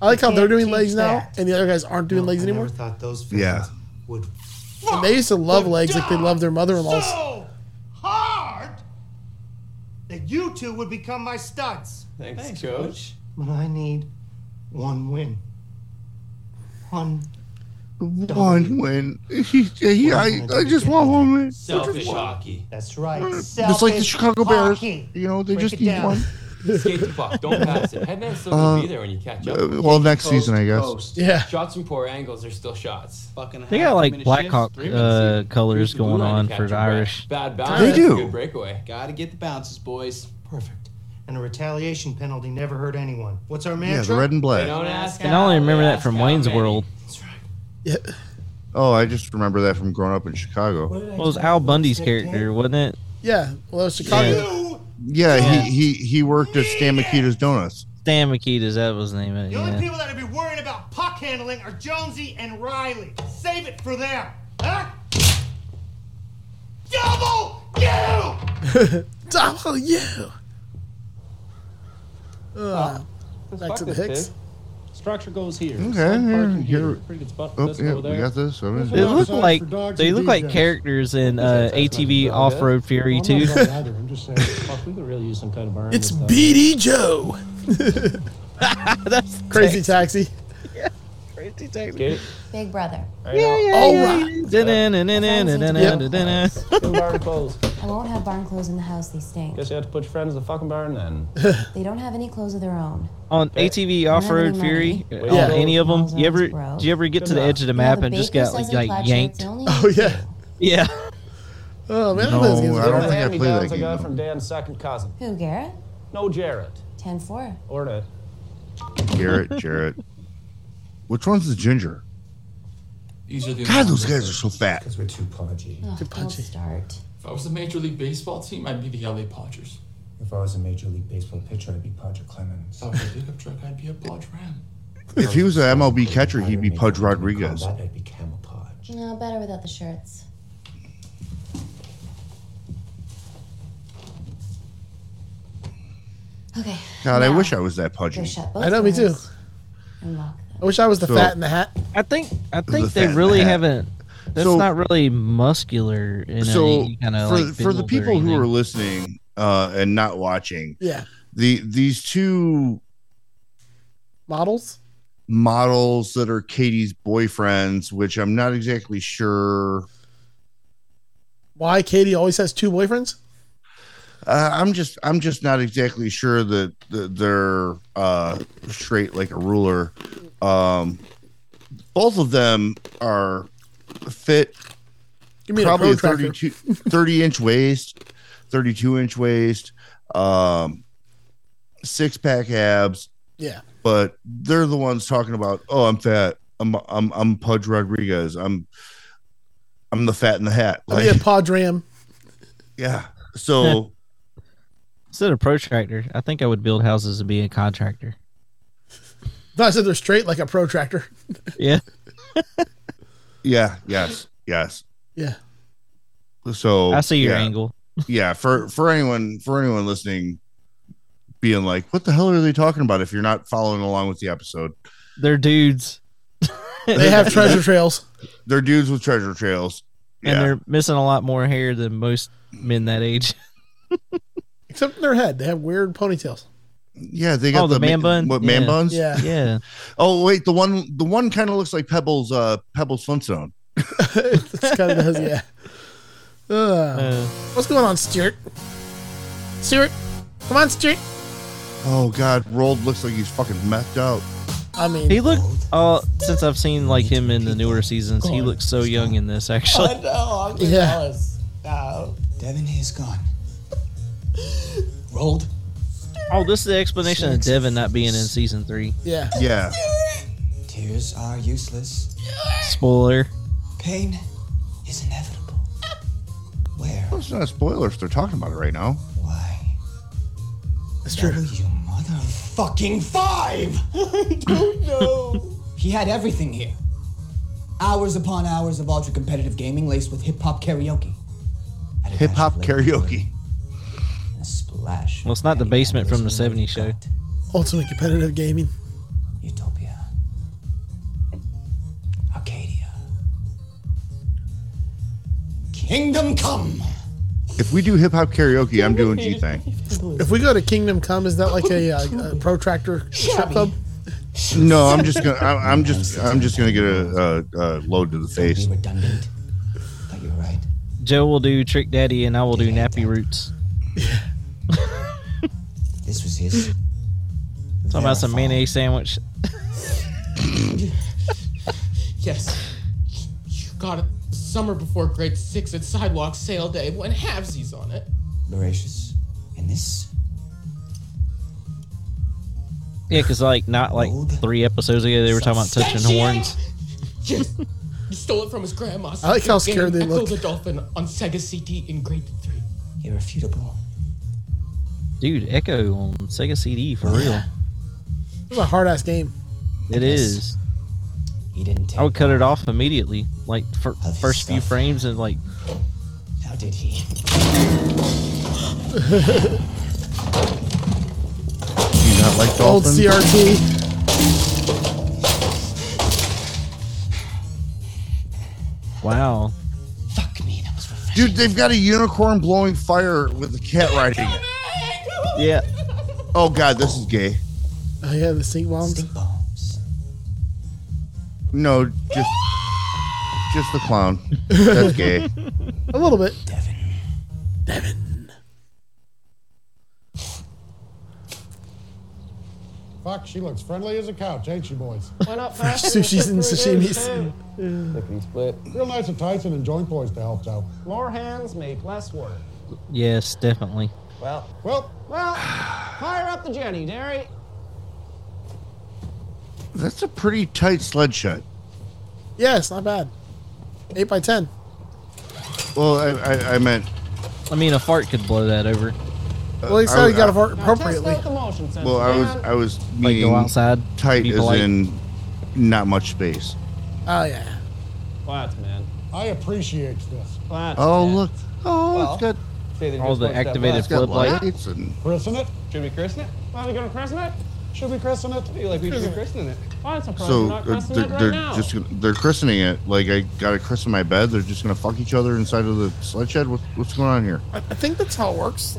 Speaker 2: I like how
Speaker 4: You
Speaker 2: they're
Speaker 4: can't
Speaker 2: doing
Speaker 4: teach
Speaker 2: legs now,
Speaker 4: that.
Speaker 2: and the other guys aren't doing
Speaker 4: No,
Speaker 2: legs
Speaker 4: I
Speaker 2: anymore.
Speaker 4: Never thought those fans
Speaker 1: Yeah.
Speaker 4: would
Speaker 2: And they used to love legs like they love their mother-in-laws.
Speaker 4: so hard that you two would become my studs.
Speaker 9: Thanks, coach.
Speaker 4: when I need one win. One.
Speaker 1: One win. He, he, I, I just want one win.
Speaker 4: Selfish hockey. That's right.
Speaker 1: Just like the Chicago Bears.
Speaker 4: hockey.
Speaker 1: You know, they
Speaker 4: Break
Speaker 1: just
Speaker 4: it
Speaker 1: need
Speaker 4: down.
Speaker 1: one.
Speaker 9: Skate the puck. Don't pass it. Headman still gonna be there when you catch up.
Speaker 1: Uh, well, next season, I guess.
Speaker 2: Yeah.
Speaker 9: Shots from poor angles are still shots. Fucking
Speaker 3: They got like Blackhawk uh, colors going on for the Irish.
Speaker 9: Bad
Speaker 1: They
Speaker 9: bounce.
Speaker 1: do.
Speaker 9: Good breakaway.
Speaker 5: Gotta get the bounces, boys.
Speaker 4: Perfect. And a retaliation penalty never hurt anyone. What's our
Speaker 1: Yeah,
Speaker 4: mantra?
Speaker 1: the red and black.
Speaker 9: Don't ask.
Speaker 3: And I only
Speaker 9: how,
Speaker 3: remember
Speaker 9: they
Speaker 3: that
Speaker 9: ask
Speaker 3: from
Speaker 9: how,
Speaker 3: Wayne's
Speaker 9: baby.
Speaker 3: World.
Speaker 4: That's right.
Speaker 2: Yeah.
Speaker 1: Oh, I just remember that from growing up in Chicago.
Speaker 4: What did I
Speaker 3: Well, it was
Speaker 4: tell
Speaker 3: Al
Speaker 4: you?
Speaker 3: Bundy's
Speaker 4: Stick
Speaker 3: character,
Speaker 4: tape?
Speaker 3: wasn't it?
Speaker 2: Yeah. Well, that was Chicago.
Speaker 1: Yeah, he he he worked at Stan Mikita's Donuts.
Speaker 3: Stan Makita's, that was the name of it.
Speaker 4: The only
Speaker 3: Yeah.
Speaker 4: people that would be worrying about puck handling are Jonesy and Riley. Save it for them. Huh? Double you!
Speaker 2: Double you. Uh, back to the Hicks.
Speaker 5: Structure goes here.
Speaker 1: Okay,
Speaker 5: Side
Speaker 1: yeah,
Speaker 5: parking
Speaker 1: here.
Speaker 5: Pretty good spot for
Speaker 1: Oh,
Speaker 5: this
Speaker 1: yeah,
Speaker 5: over there.
Speaker 1: we got this. I mean,
Speaker 3: They look
Speaker 8: Dogs out for
Speaker 3: like
Speaker 8: dogs
Speaker 3: they
Speaker 8: and
Speaker 3: look like
Speaker 8: DJs.
Speaker 3: characters in uh, ATV Off Road Fury
Speaker 8: I'm
Speaker 3: 2.
Speaker 8: not right either. I'm just saying.
Speaker 5: Fuck, we could really use some kind of uh, burn.
Speaker 2: It's BD Joe.
Speaker 3: That's
Speaker 2: Crazy taxi.
Speaker 3: crazy taxi.
Speaker 5: Get it?
Speaker 7: Big brother.
Speaker 3: Yeah, yeah,
Speaker 2: All
Speaker 3: yeah,
Speaker 2: right.
Speaker 3: yeah. Da-na-na-na-na-na-na-na.
Speaker 5: Two barn clothes.
Speaker 7: I won't have barn clothes in the house, they stink.
Speaker 5: Guess you have to put your friends in the fucking barn then.
Speaker 7: They don't have any clothes of their own.
Speaker 3: On ATV Off Road
Speaker 7: Money.
Speaker 3: Fury,
Speaker 7: Yeah.
Speaker 3: on any of them,
Speaker 7: Those
Speaker 3: you ever
Speaker 7: ones, bro.
Speaker 3: do you ever get to the edge of
Speaker 7: You
Speaker 3: the
Speaker 7: know,
Speaker 3: map
Speaker 7: the
Speaker 3: and just
Speaker 7: baker
Speaker 3: got like
Speaker 7: sells in plaid
Speaker 3: like
Speaker 7: shirts,
Speaker 3: yanked?
Speaker 7: they only
Speaker 2: Oh
Speaker 7: use
Speaker 2: yeah.
Speaker 3: Yeah,
Speaker 2: Oh man, I
Speaker 1: No,
Speaker 2: play those games.
Speaker 1: I don't
Speaker 2: with-
Speaker 1: think I played that
Speaker 5: Hand-me-downs I
Speaker 1: game,
Speaker 5: got
Speaker 1: though.
Speaker 5: from Dan's second cousin.
Speaker 7: Who, Garrett?
Speaker 5: No Jarrett.
Speaker 7: 10 4.
Speaker 5: Or the
Speaker 1: Jarrett, Jarrett. Which one's the ginger?
Speaker 10: These are the
Speaker 1: God, those guys are so fat.
Speaker 4: Because we're too pudgy.
Speaker 7: Ugh, don't
Speaker 2: punchy.
Speaker 7: start.
Speaker 10: If I was the Major League Baseball team, I'd be the LA Podgers.
Speaker 4: If I was a Major League Baseball pitcher, I'd be Podger Clemens.
Speaker 10: If I was a pickup truck, I'd be a Podge Ram.
Speaker 1: If he was an MLB catcher, he'd be Pudge Rodriguez.
Speaker 4: I'd be Camel Podge.
Speaker 7: No, better without the shirts. Okay.
Speaker 1: God, I
Speaker 7: now,
Speaker 1: wish I was that
Speaker 7: go
Speaker 1: pudgy.
Speaker 7: shut both
Speaker 2: I know, me too.
Speaker 7: doors And lock them.
Speaker 2: I wish I was the
Speaker 1: So-
Speaker 2: fat in the hat.
Speaker 3: I think I
Speaker 1: a
Speaker 3: think they
Speaker 1: fat
Speaker 3: really
Speaker 1: hat.
Speaker 3: haven't. That's
Speaker 1: So-
Speaker 3: not really muscular in
Speaker 1: So
Speaker 3: any kind of
Speaker 1: for,
Speaker 3: like
Speaker 1: for the
Speaker 3: build or
Speaker 1: people who
Speaker 3: anything.
Speaker 1: are listening uh, and not watching,
Speaker 2: Yeah.
Speaker 1: the these two
Speaker 2: Models.
Speaker 1: models that are Katie's boyfriends, which I'm not exactly sure.
Speaker 2: Why Katie always has two boyfriends?
Speaker 1: Uh, I'm just I'm just not exactly sure that, that they're uh, straight like a ruler. Um, both of them are fit
Speaker 2: Give me
Speaker 1: probably
Speaker 2: a
Speaker 1: a
Speaker 2: protractor.
Speaker 1: 32 30 inch waist 32 inch waist um six pack abs
Speaker 2: Yeah.
Speaker 1: but they're the ones talking about oh i'm fat i'm i'm i'm pudge rodriguez i'm i'm the fat in the hat
Speaker 3: Oh,
Speaker 2: I'd
Speaker 1: like
Speaker 2: be a
Speaker 1: yeah,
Speaker 2: podram.
Speaker 1: so
Speaker 3: instead of protractor, I think I would build houses and be a contractor.
Speaker 2: I said they're straight like a protractor.
Speaker 3: Yeah,
Speaker 1: yeah yes yes
Speaker 2: Yeah.
Speaker 1: so
Speaker 3: I see your
Speaker 1: yeah,
Speaker 3: angle.
Speaker 1: yeah for for anyone for anyone listening being like what the hell are they talking about if you're not following along with the episode
Speaker 3: They're dudes
Speaker 2: They have treasure trails.
Speaker 1: they're dudes with treasure trails
Speaker 3: and
Speaker 1: Yeah.
Speaker 3: they're missing a lot more hair than most men that age.
Speaker 2: Except in their head. They have weird ponytails.
Speaker 1: Yeah, they got
Speaker 3: Oh, the
Speaker 1: ma-
Speaker 3: man bun?
Speaker 1: What man
Speaker 3: Yeah.
Speaker 1: buns?
Speaker 2: Yeah.
Speaker 3: Yeah,
Speaker 1: Oh wait, the one the one kind of looks like Pebbles uh Pebbles Flintstone.
Speaker 2: That's kind of does, yeah. Uh,
Speaker 3: uh,
Speaker 2: what's going on, Stuart? Stuart? Come on, Stuart.
Speaker 1: Oh god, Rold looks like he's fucking methed out.
Speaker 2: I mean,
Speaker 3: he looked. Uh, since I've seen like him in the newer seasons, he looks so young in this. Actually,
Speaker 2: yeah.
Speaker 11: Devin is gone. Rolled.
Speaker 3: oh, this is the explanation of Devin not being in season three.
Speaker 2: Yeah.
Speaker 1: Yeah.
Speaker 11: Tears are useless.
Speaker 3: Spoiler.
Speaker 11: Pain is inevitable. Where?
Speaker 1: Well, it's not a spoiler if uh, they're talking about it right now.
Speaker 11: Why?
Speaker 2: That's true.
Speaker 11: You motherfucking five! I don't know. he had everything here. Hours upon hours of ultra competitive gaming laced with hip hop karaoke. Had a
Speaker 1: Hip hop
Speaker 11: dash of liquid
Speaker 1: karaoke.
Speaker 11: and A splash.
Speaker 3: Well, it's not the
Speaker 11: of cannabis
Speaker 3: basement from the
Speaker 11: in
Speaker 3: 70s show.
Speaker 11: gut.
Speaker 2: Ultimate competitive gaming.
Speaker 11: Utopia. Arcadia. Kingdom come!
Speaker 1: If we do hip hop karaoke, I'm doing G thing.
Speaker 2: If we go to Kingdom Come, is that like a, uh a protractor strip club?
Speaker 1: No, I'm just gonna. I'm, I'm just. I'm just gonna get a, a, a load to the face.
Speaker 3: Joe will do Trick Daddy, and I will do Nappy Roots.
Speaker 11: This was his.
Speaker 3: Talking about some mayonnaise sandwich.
Speaker 12: Yes. You got it summer before grade six at sidewalk sale day. One halvesies on it.
Speaker 11: Voracious. And this?
Speaker 3: Yeah, because like not like three episodes ago they were talking about touching horns.
Speaker 12: Yes. you stole it from his grandma.
Speaker 3: I like how scared they
Speaker 12: Echo
Speaker 3: look.
Speaker 12: the Dolphin on Sega CD in grade three.
Speaker 11: Irrefutable.
Speaker 3: Dude, Echo on Sega CD for real.
Speaker 2: It's a hard ass game.
Speaker 3: It is.
Speaker 11: He didn't.
Speaker 3: I would cut it off immediately, like for first few frames, and like
Speaker 11: How did he?
Speaker 1: Do you not like
Speaker 2: Old
Speaker 1: dolphins?
Speaker 2: CRT.
Speaker 3: Wow.
Speaker 1: Dude, they've got a unicorn blowing fire with a cat riding it.
Speaker 3: Yeah.
Speaker 1: Oh god, this is gay.
Speaker 2: Oh yeah, the stink bombs. Stink
Speaker 11: bombs.
Speaker 1: No, just just the clown. That's gay.
Speaker 2: a little bit.
Speaker 8: Fuck, she looks friendly as a couch, ain't she, boys?
Speaker 6: Why not
Speaker 2: Fresh sushi's and sashimis.
Speaker 6: Lickety split.
Speaker 8: Real nice of Tyson and Joint Boys to help, though.
Speaker 6: More hands make less work.
Speaker 3: yes, definitely.
Speaker 6: Well, well, well. Fire up the Jenny, Derry.
Speaker 1: That's a pretty tight sled shut.
Speaker 2: Yeah, it's not bad. Eight by ten.
Speaker 1: Well, I, I, I meant.
Speaker 3: I mean, a fart could blow that over.
Speaker 2: Well, he
Speaker 1: I-
Speaker 2: said he got
Speaker 1: I-
Speaker 2: a fart
Speaker 6: Now test
Speaker 2: appropriately.
Speaker 6: out the motion sensor.
Speaker 1: Well, I was I was meaning
Speaker 3: outside,
Speaker 1: tight
Speaker 3: be
Speaker 1: as
Speaker 3: polite.
Speaker 1: in not much space.
Speaker 2: Oh yeah.
Speaker 6: Flats, man.
Speaker 8: I appreciate this.
Speaker 6: Flats.
Speaker 1: Oh look! Oh,
Speaker 6: Well,
Speaker 1: it's got
Speaker 6: say they
Speaker 3: all
Speaker 6: just
Speaker 3: the
Speaker 6: one step
Speaker 3: activated
Speaker 6: left.
Speaker 1: it's got
Speaker 3: floodlight.
Speaker 1: lights and
Speaker 8: Christen it?
Speaker 6: Should we christen it? Why are we gonna christen it? Should we christen it?
Speaker 9: Be like we should be christening it.
Speaker 6: Why it's a problem
Speaker 1: so
Speaker 6: not
Speaker 1: uh, they're,
Speaker 6: christening it right
Speaker 1: they're
Speaker 6: now.
Speaker 1: just gonna- they're christening it. Like I got to christen my bed. They're just gonna fuck each other inside of the sled shed. What, what's going on here?
Speaker 2: I, I think that's how it works.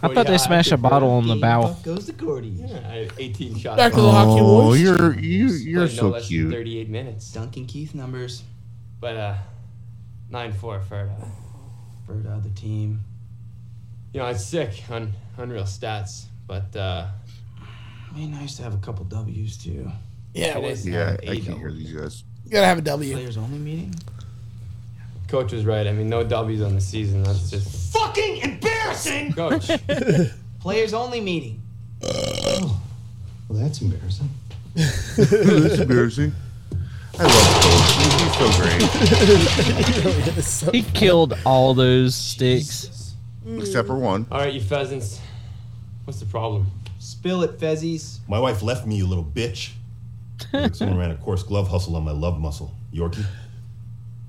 Speaker 3: I thought they smashed a bottle on the bow.
Speaker 9: Goes to Gordy. Yeah, I had 18 shots.
Speaker 2: Back to the hockey
Speaker 1: Oh,
Speaker 2: woods.
Speaker 1: you're you you're
Speaker 9: Played no
Speaker 1: so
Speaker 9: less than
Speaker 1: cute.
Speaker 9: 38 minutes.
Speaker 11: Duncan Keith numbers.
Speaker 9: But uh, nine four for uh, for the other team. You know, it's sick, un- unreal stats, but uh, be nice to have a couple W's too.
Speaker 2: Yeah,
Speaker 9: It
Speaker 2: well,
Speaker 9: is
Speaker 1: Yeah,
Speaker 9: not
Speaker 1: I
Speaker 9: a
Speaker 1: can't
Speaker 9: W.
Speaker 1: hear these guys.
Speaker 2: you gotta have a W.
Speaker 9: Players only meeting. Coach was right. I mean, no W's on the season. That's just
Speaker 11: Fucking embarrassing!
Speaker 9: coach.
Speaker 11: Players only meeting.
Speaker 10: Well, that's embarrassing.
Speaker 1: That's embarrassing. I love Coach. He's so great,
Speaker 3: He killed all those sticks.
Speaker 1: except for one.
Speaker 9: All right, you pheasants. What's the problem?
Speaker 11: Spill it, Fezzies.
Speaker 13: My wife left me, you little bitch. Like someone ran a coarse glove hustle on my love muscle. Yorkie.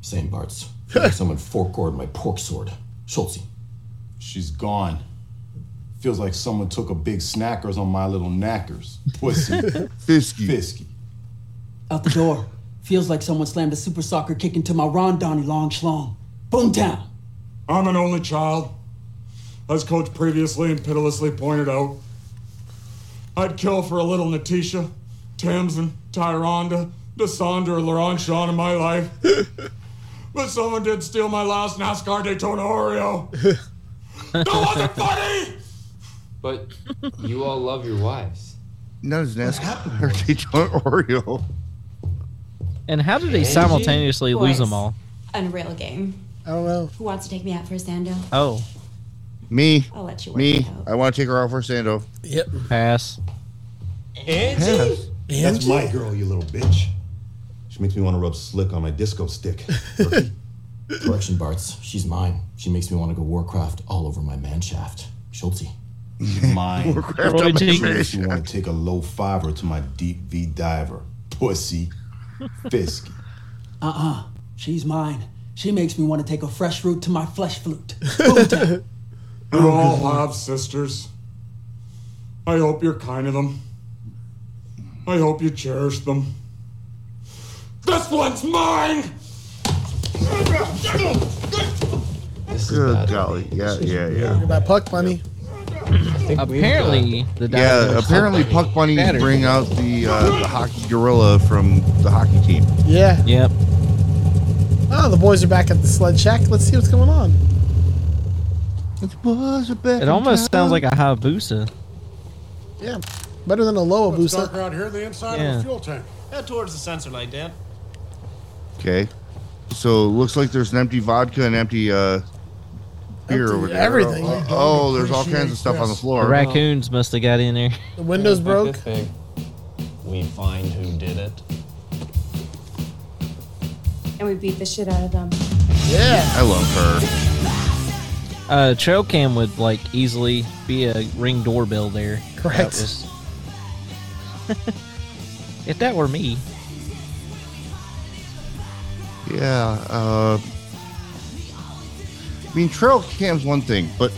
Speaker 10: St. Bart's. Like someone fork gored my pork sword. Schultze.
Speaker 13: She's gone. Feels like someone took a big snackers on my little knackers. Pussy.
Speaker 1: Fisky.
Speaker 13: Fisky.
Speaker 11: Out the door. Feels like someone slammed a super soccer kick into my Ron Donnie long schlong. Boomtown.
Speaker 10: I'm an only child. As Coach previously and pitilessly pointed out, I'd kill for a little Natisha, Tamsin, Tyronda, Desandra, or Laurent Sean in my life. but someone did steal my last NASCAR Daytona Oreo. that wasn't funny!
Speaker 9: But you all love your wives.
Speaker 1: Not as nasty. They don't Oreo.
Speaker 3: And how did they simultaneously lose them all?
Speaker 14: Unreal game.
Speaker 2: I don't know.
Speaker 14: Who wants to take me out for a sando?
Speaker 3: Oh,
Speaker 1: Me.
Speaker 14: I'll let you work
Speaker 1: Me.
Speaker 14: it out.
Speaker 1: I want to take her out for a sando.
Speaker 2: Yep.
Speaker 3: pass.
Speaker 13: Pass. That's
Speaker 2: Angie?
Speaker 13: my girl, you little bitch. She makes me want to rub slick on my disco stick. Turkey.
Speaker 12: Correction, Bartz. She's mine. She makes me want to go Warcraft all over my man shaft. Schultze.
Speaker 13: Mine.
Speaker 1: Warcraft on my
Speaker 13: She
Speaker 1: man
Speaker 13: makes me want to take a low fiver to my deep V diver. Pussy. Fisky.
Speaker 11: Uh uh She's mine. She makes me want to take a fresh route to my flesh flute. Boomtown.
Speaker 10: You all have sisters. I hope you're kind to them. I hope you cherish them. This one's mine!
Speaker 1: Good golly. Yeah, yeah, yeah.
Speaker 2: That puck bunny.
Speaker 3: Apparently, the
Speaker 1: yeah, apparently Puck Bunny bring out the uh, the hockey gorilla from the hockey team.
Speaker 2: Yeah.
Speaker 3: Yep.
Speaker 2: Oh, the boys are back at the sled shack. Let's see what's going on.
Speaker 1: It was a
Speaker 3: It almost sounds like a Hayabusa.
Speaker 2: Yeah, better than a low
Speaker 8: It's
Speaker 2: Abusa.
Speaker 8: darker out here than the inside of
Speaker 3: Yeah.
Speaker 8: a fuel tank.
Speaker 12: Head towards the sensor light, Dan.
Speaker 1: Okay, so it looks like there's an empty vodka and empty uh, beer
Speaker 2: Empty
Speaker 1: over there.
Speaker 2: everything.
Speaker 1: Oh, oh, there's all kinds of stuff on the floor.
Speaker 3: The raccoons must have got in there.
Speaker 2: The windows broke.
Speaker 5: We find who did it.
Speaker 14: And we beat the shit out of them.
Speaker 2: Yeah.
Speaker 1: I love her.
Speaker 3: Uh, trail cam would like easily be a ring doorbell there.
Speaker 2: Correct.
Speaker 3: That was- if that were me,
Speaker 1: Yeah. Uh, I mean, trail cam's one thing, but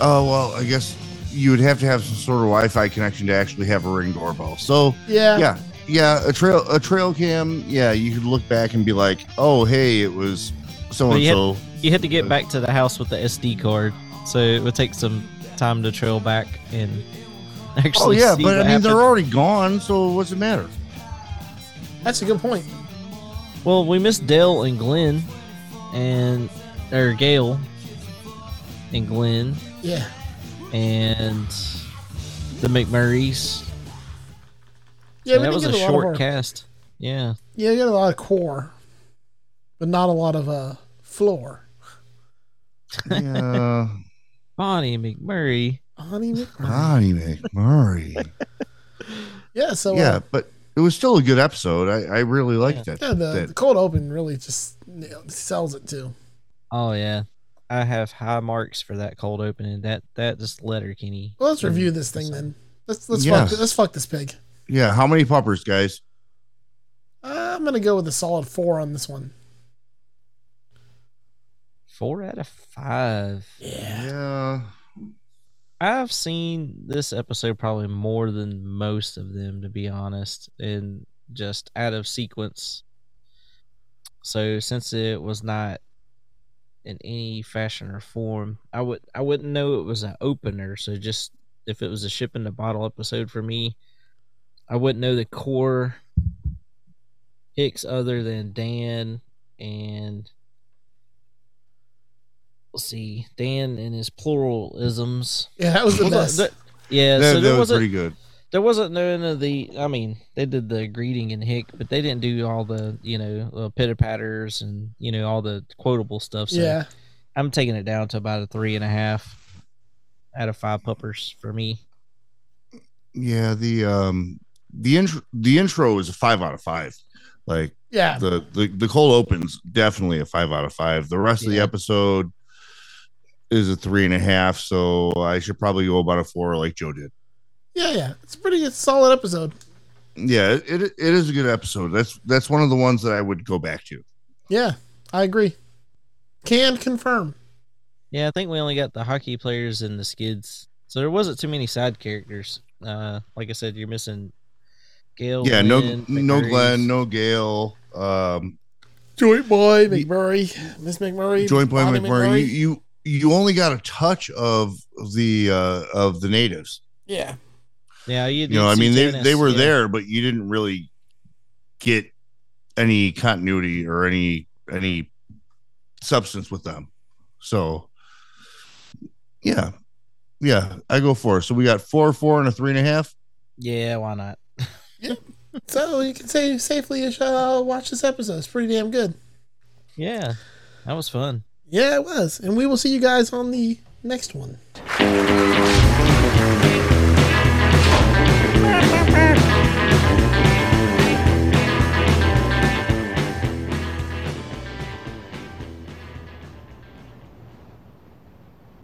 Speaker 1: oh well, I guess you would have to have some sort of Wi-Fi connection to actually have a ring doorbell. So
Speaker 2: Yeah.
Speaker 1: yeah, yeah, a trail a trail cam. Yeah, you could look back and be like, oh hey, it was so
Speaker 3: But
Speaker 1: and
Speaker 3: you,
Speaker 1: so.
Speaker 3: had, you had to get back to the house with the SD card, so it would take some time to trail back and
Speaker 1: Oh
Speaker 3: actually.
Speaker 1: yeah,
Speaker 3: see
Speaker 1: but I
Speaker 3: what
Speaker 1: mean
Speaker 3: happened.
Speaker 1: they're already gone, so what's the matter?
Speaker 2: That's a good point.
Speaker 3: Well, we missed Dale and Glenn, and or Gail and Glenn
Speaker 2: Yeah.
Speaker 3: and the McMurrays.
Speaker 2: Yeah,
Speaker 3: So
Speaker 2: we
Speaker 3: that
Speaker 2: didn't
Speaker 3: was
Speaker 2: get a lot of
Speaker 3: a short
Speaker 2: horror.
Speaker 3: cast. Yeah.
Speaker 2: Yeah, you got a lot of core, but not a lot of uh floor.
Speaker 1: Yeah,
Speaker 3: Bonnie McMurray.
Speaker 2: Honey McMurray.
Speaker 1: Bonnie McMurray.
Speaker 2: Yeah, so uh,
Speaker 1: yeah, but it was still a good episode. I, I really liked that.
Speaker 2: yeah, the,
Speaker 1: that-
Speaker 2: the cold open really just nailed- sells it too.
Speaker 3: Oh yeah. I have high marks for that cold opening. That that just letter Kenny.
Speaker 2: Well, let's review this thing then. Let's let's
Speaker 1: Yeah.
Speaker 2: fuck let's fuck this pig.
Speaker 1: yeah, how many poppers, guys?
Speaker 2: Uh, I'm gonna go with a solid four on this one.
Speaker 3: Four out of five.
Speaker 1: Yeah.
Speaker 3: I've seen this episode probably more than most of them, to be honest, and just out of sequence. So since it was not in any fashion or form, I would I wouldn't know it was an opener. So just if it was a ship in a bottle episode for me, I wouldn't know the core hicks other than Dan and let's see Dan and his pluralisms.
Speaker 2: Yeah, that was the
Speaker 3: Well,
Speaker 2: best.
Speaker 3: the- yeah,
Speaker 1: That-
Speaker 3: so
Speaker 1: that
Speaker 3: there
Speaker 1: was
Speaker 3: wasn't
Speaker 1: pretty good.
Speaker 3: There wasn't none of the. I mean, they did the greeting and hick, but they didn't do all the you know uh, pitter patters and you know all the quotable stuff. So
Speaker 2: Yeah.
Speaker 3: I'm taking it down to about a three and a half out of five puppers for me.
Speaker 1: Yeah, the um the intro the intro is a five out of five. Like
Speaker 2: Yeah.
Speaker 1: the the, the cold opens definitely a five out of five. The rest of the episode is a three and a half, so I should probably go about a four like Joe did.
Speaker 2: Yeah, yeah, it's a pretty it's a solid episode.
Speaker 1: Yeah, it, it is a good episode. That's that's one of the ones that I would go back to.
Speaker 2: Yeah, I agree. Can confirm.
Speaker 3: Yeah, I think we only got the hockey players and the skids, so there wasn't too many side characters. Uh, like I said, you're missing Gail.
Speaker 1: yeah, no
Speaker 3: Lynn,
Speaker 1: no
Speaker 3: McMurray.
Speaker 1: Glenn, no Gail, um
Speaker 2: Joint boy McMurray, Miss McMurray,
Speaker 1: Joint Boy
Speaker 2: Bonnie
Speaker 1: McMurray. You, you you only got a touch of the uh of the natives.
Speaker 2: yeah,
Speaker 3: Yeah, you.
Speaker 1: you know, I
Speaker 3: did see
Speaker 1: mean, they,
Speaker 3: Janice,
Speaker 1: they were
Speaker 3: yeah.
Speaker 1: there, but you didn't really get any continuity or any any substance with them. So, yeah, yeah, I go for it. So we got four, four, and a three and a half.
Speaker 3: Yeah, why not?
Speaker 2: so you can say safely, uh, watch this episode. It's pretty damn good.
Speaker 3: Yeah, that was fun.
Speaker 2: Yeah, it was, and we will see you guys on the next one.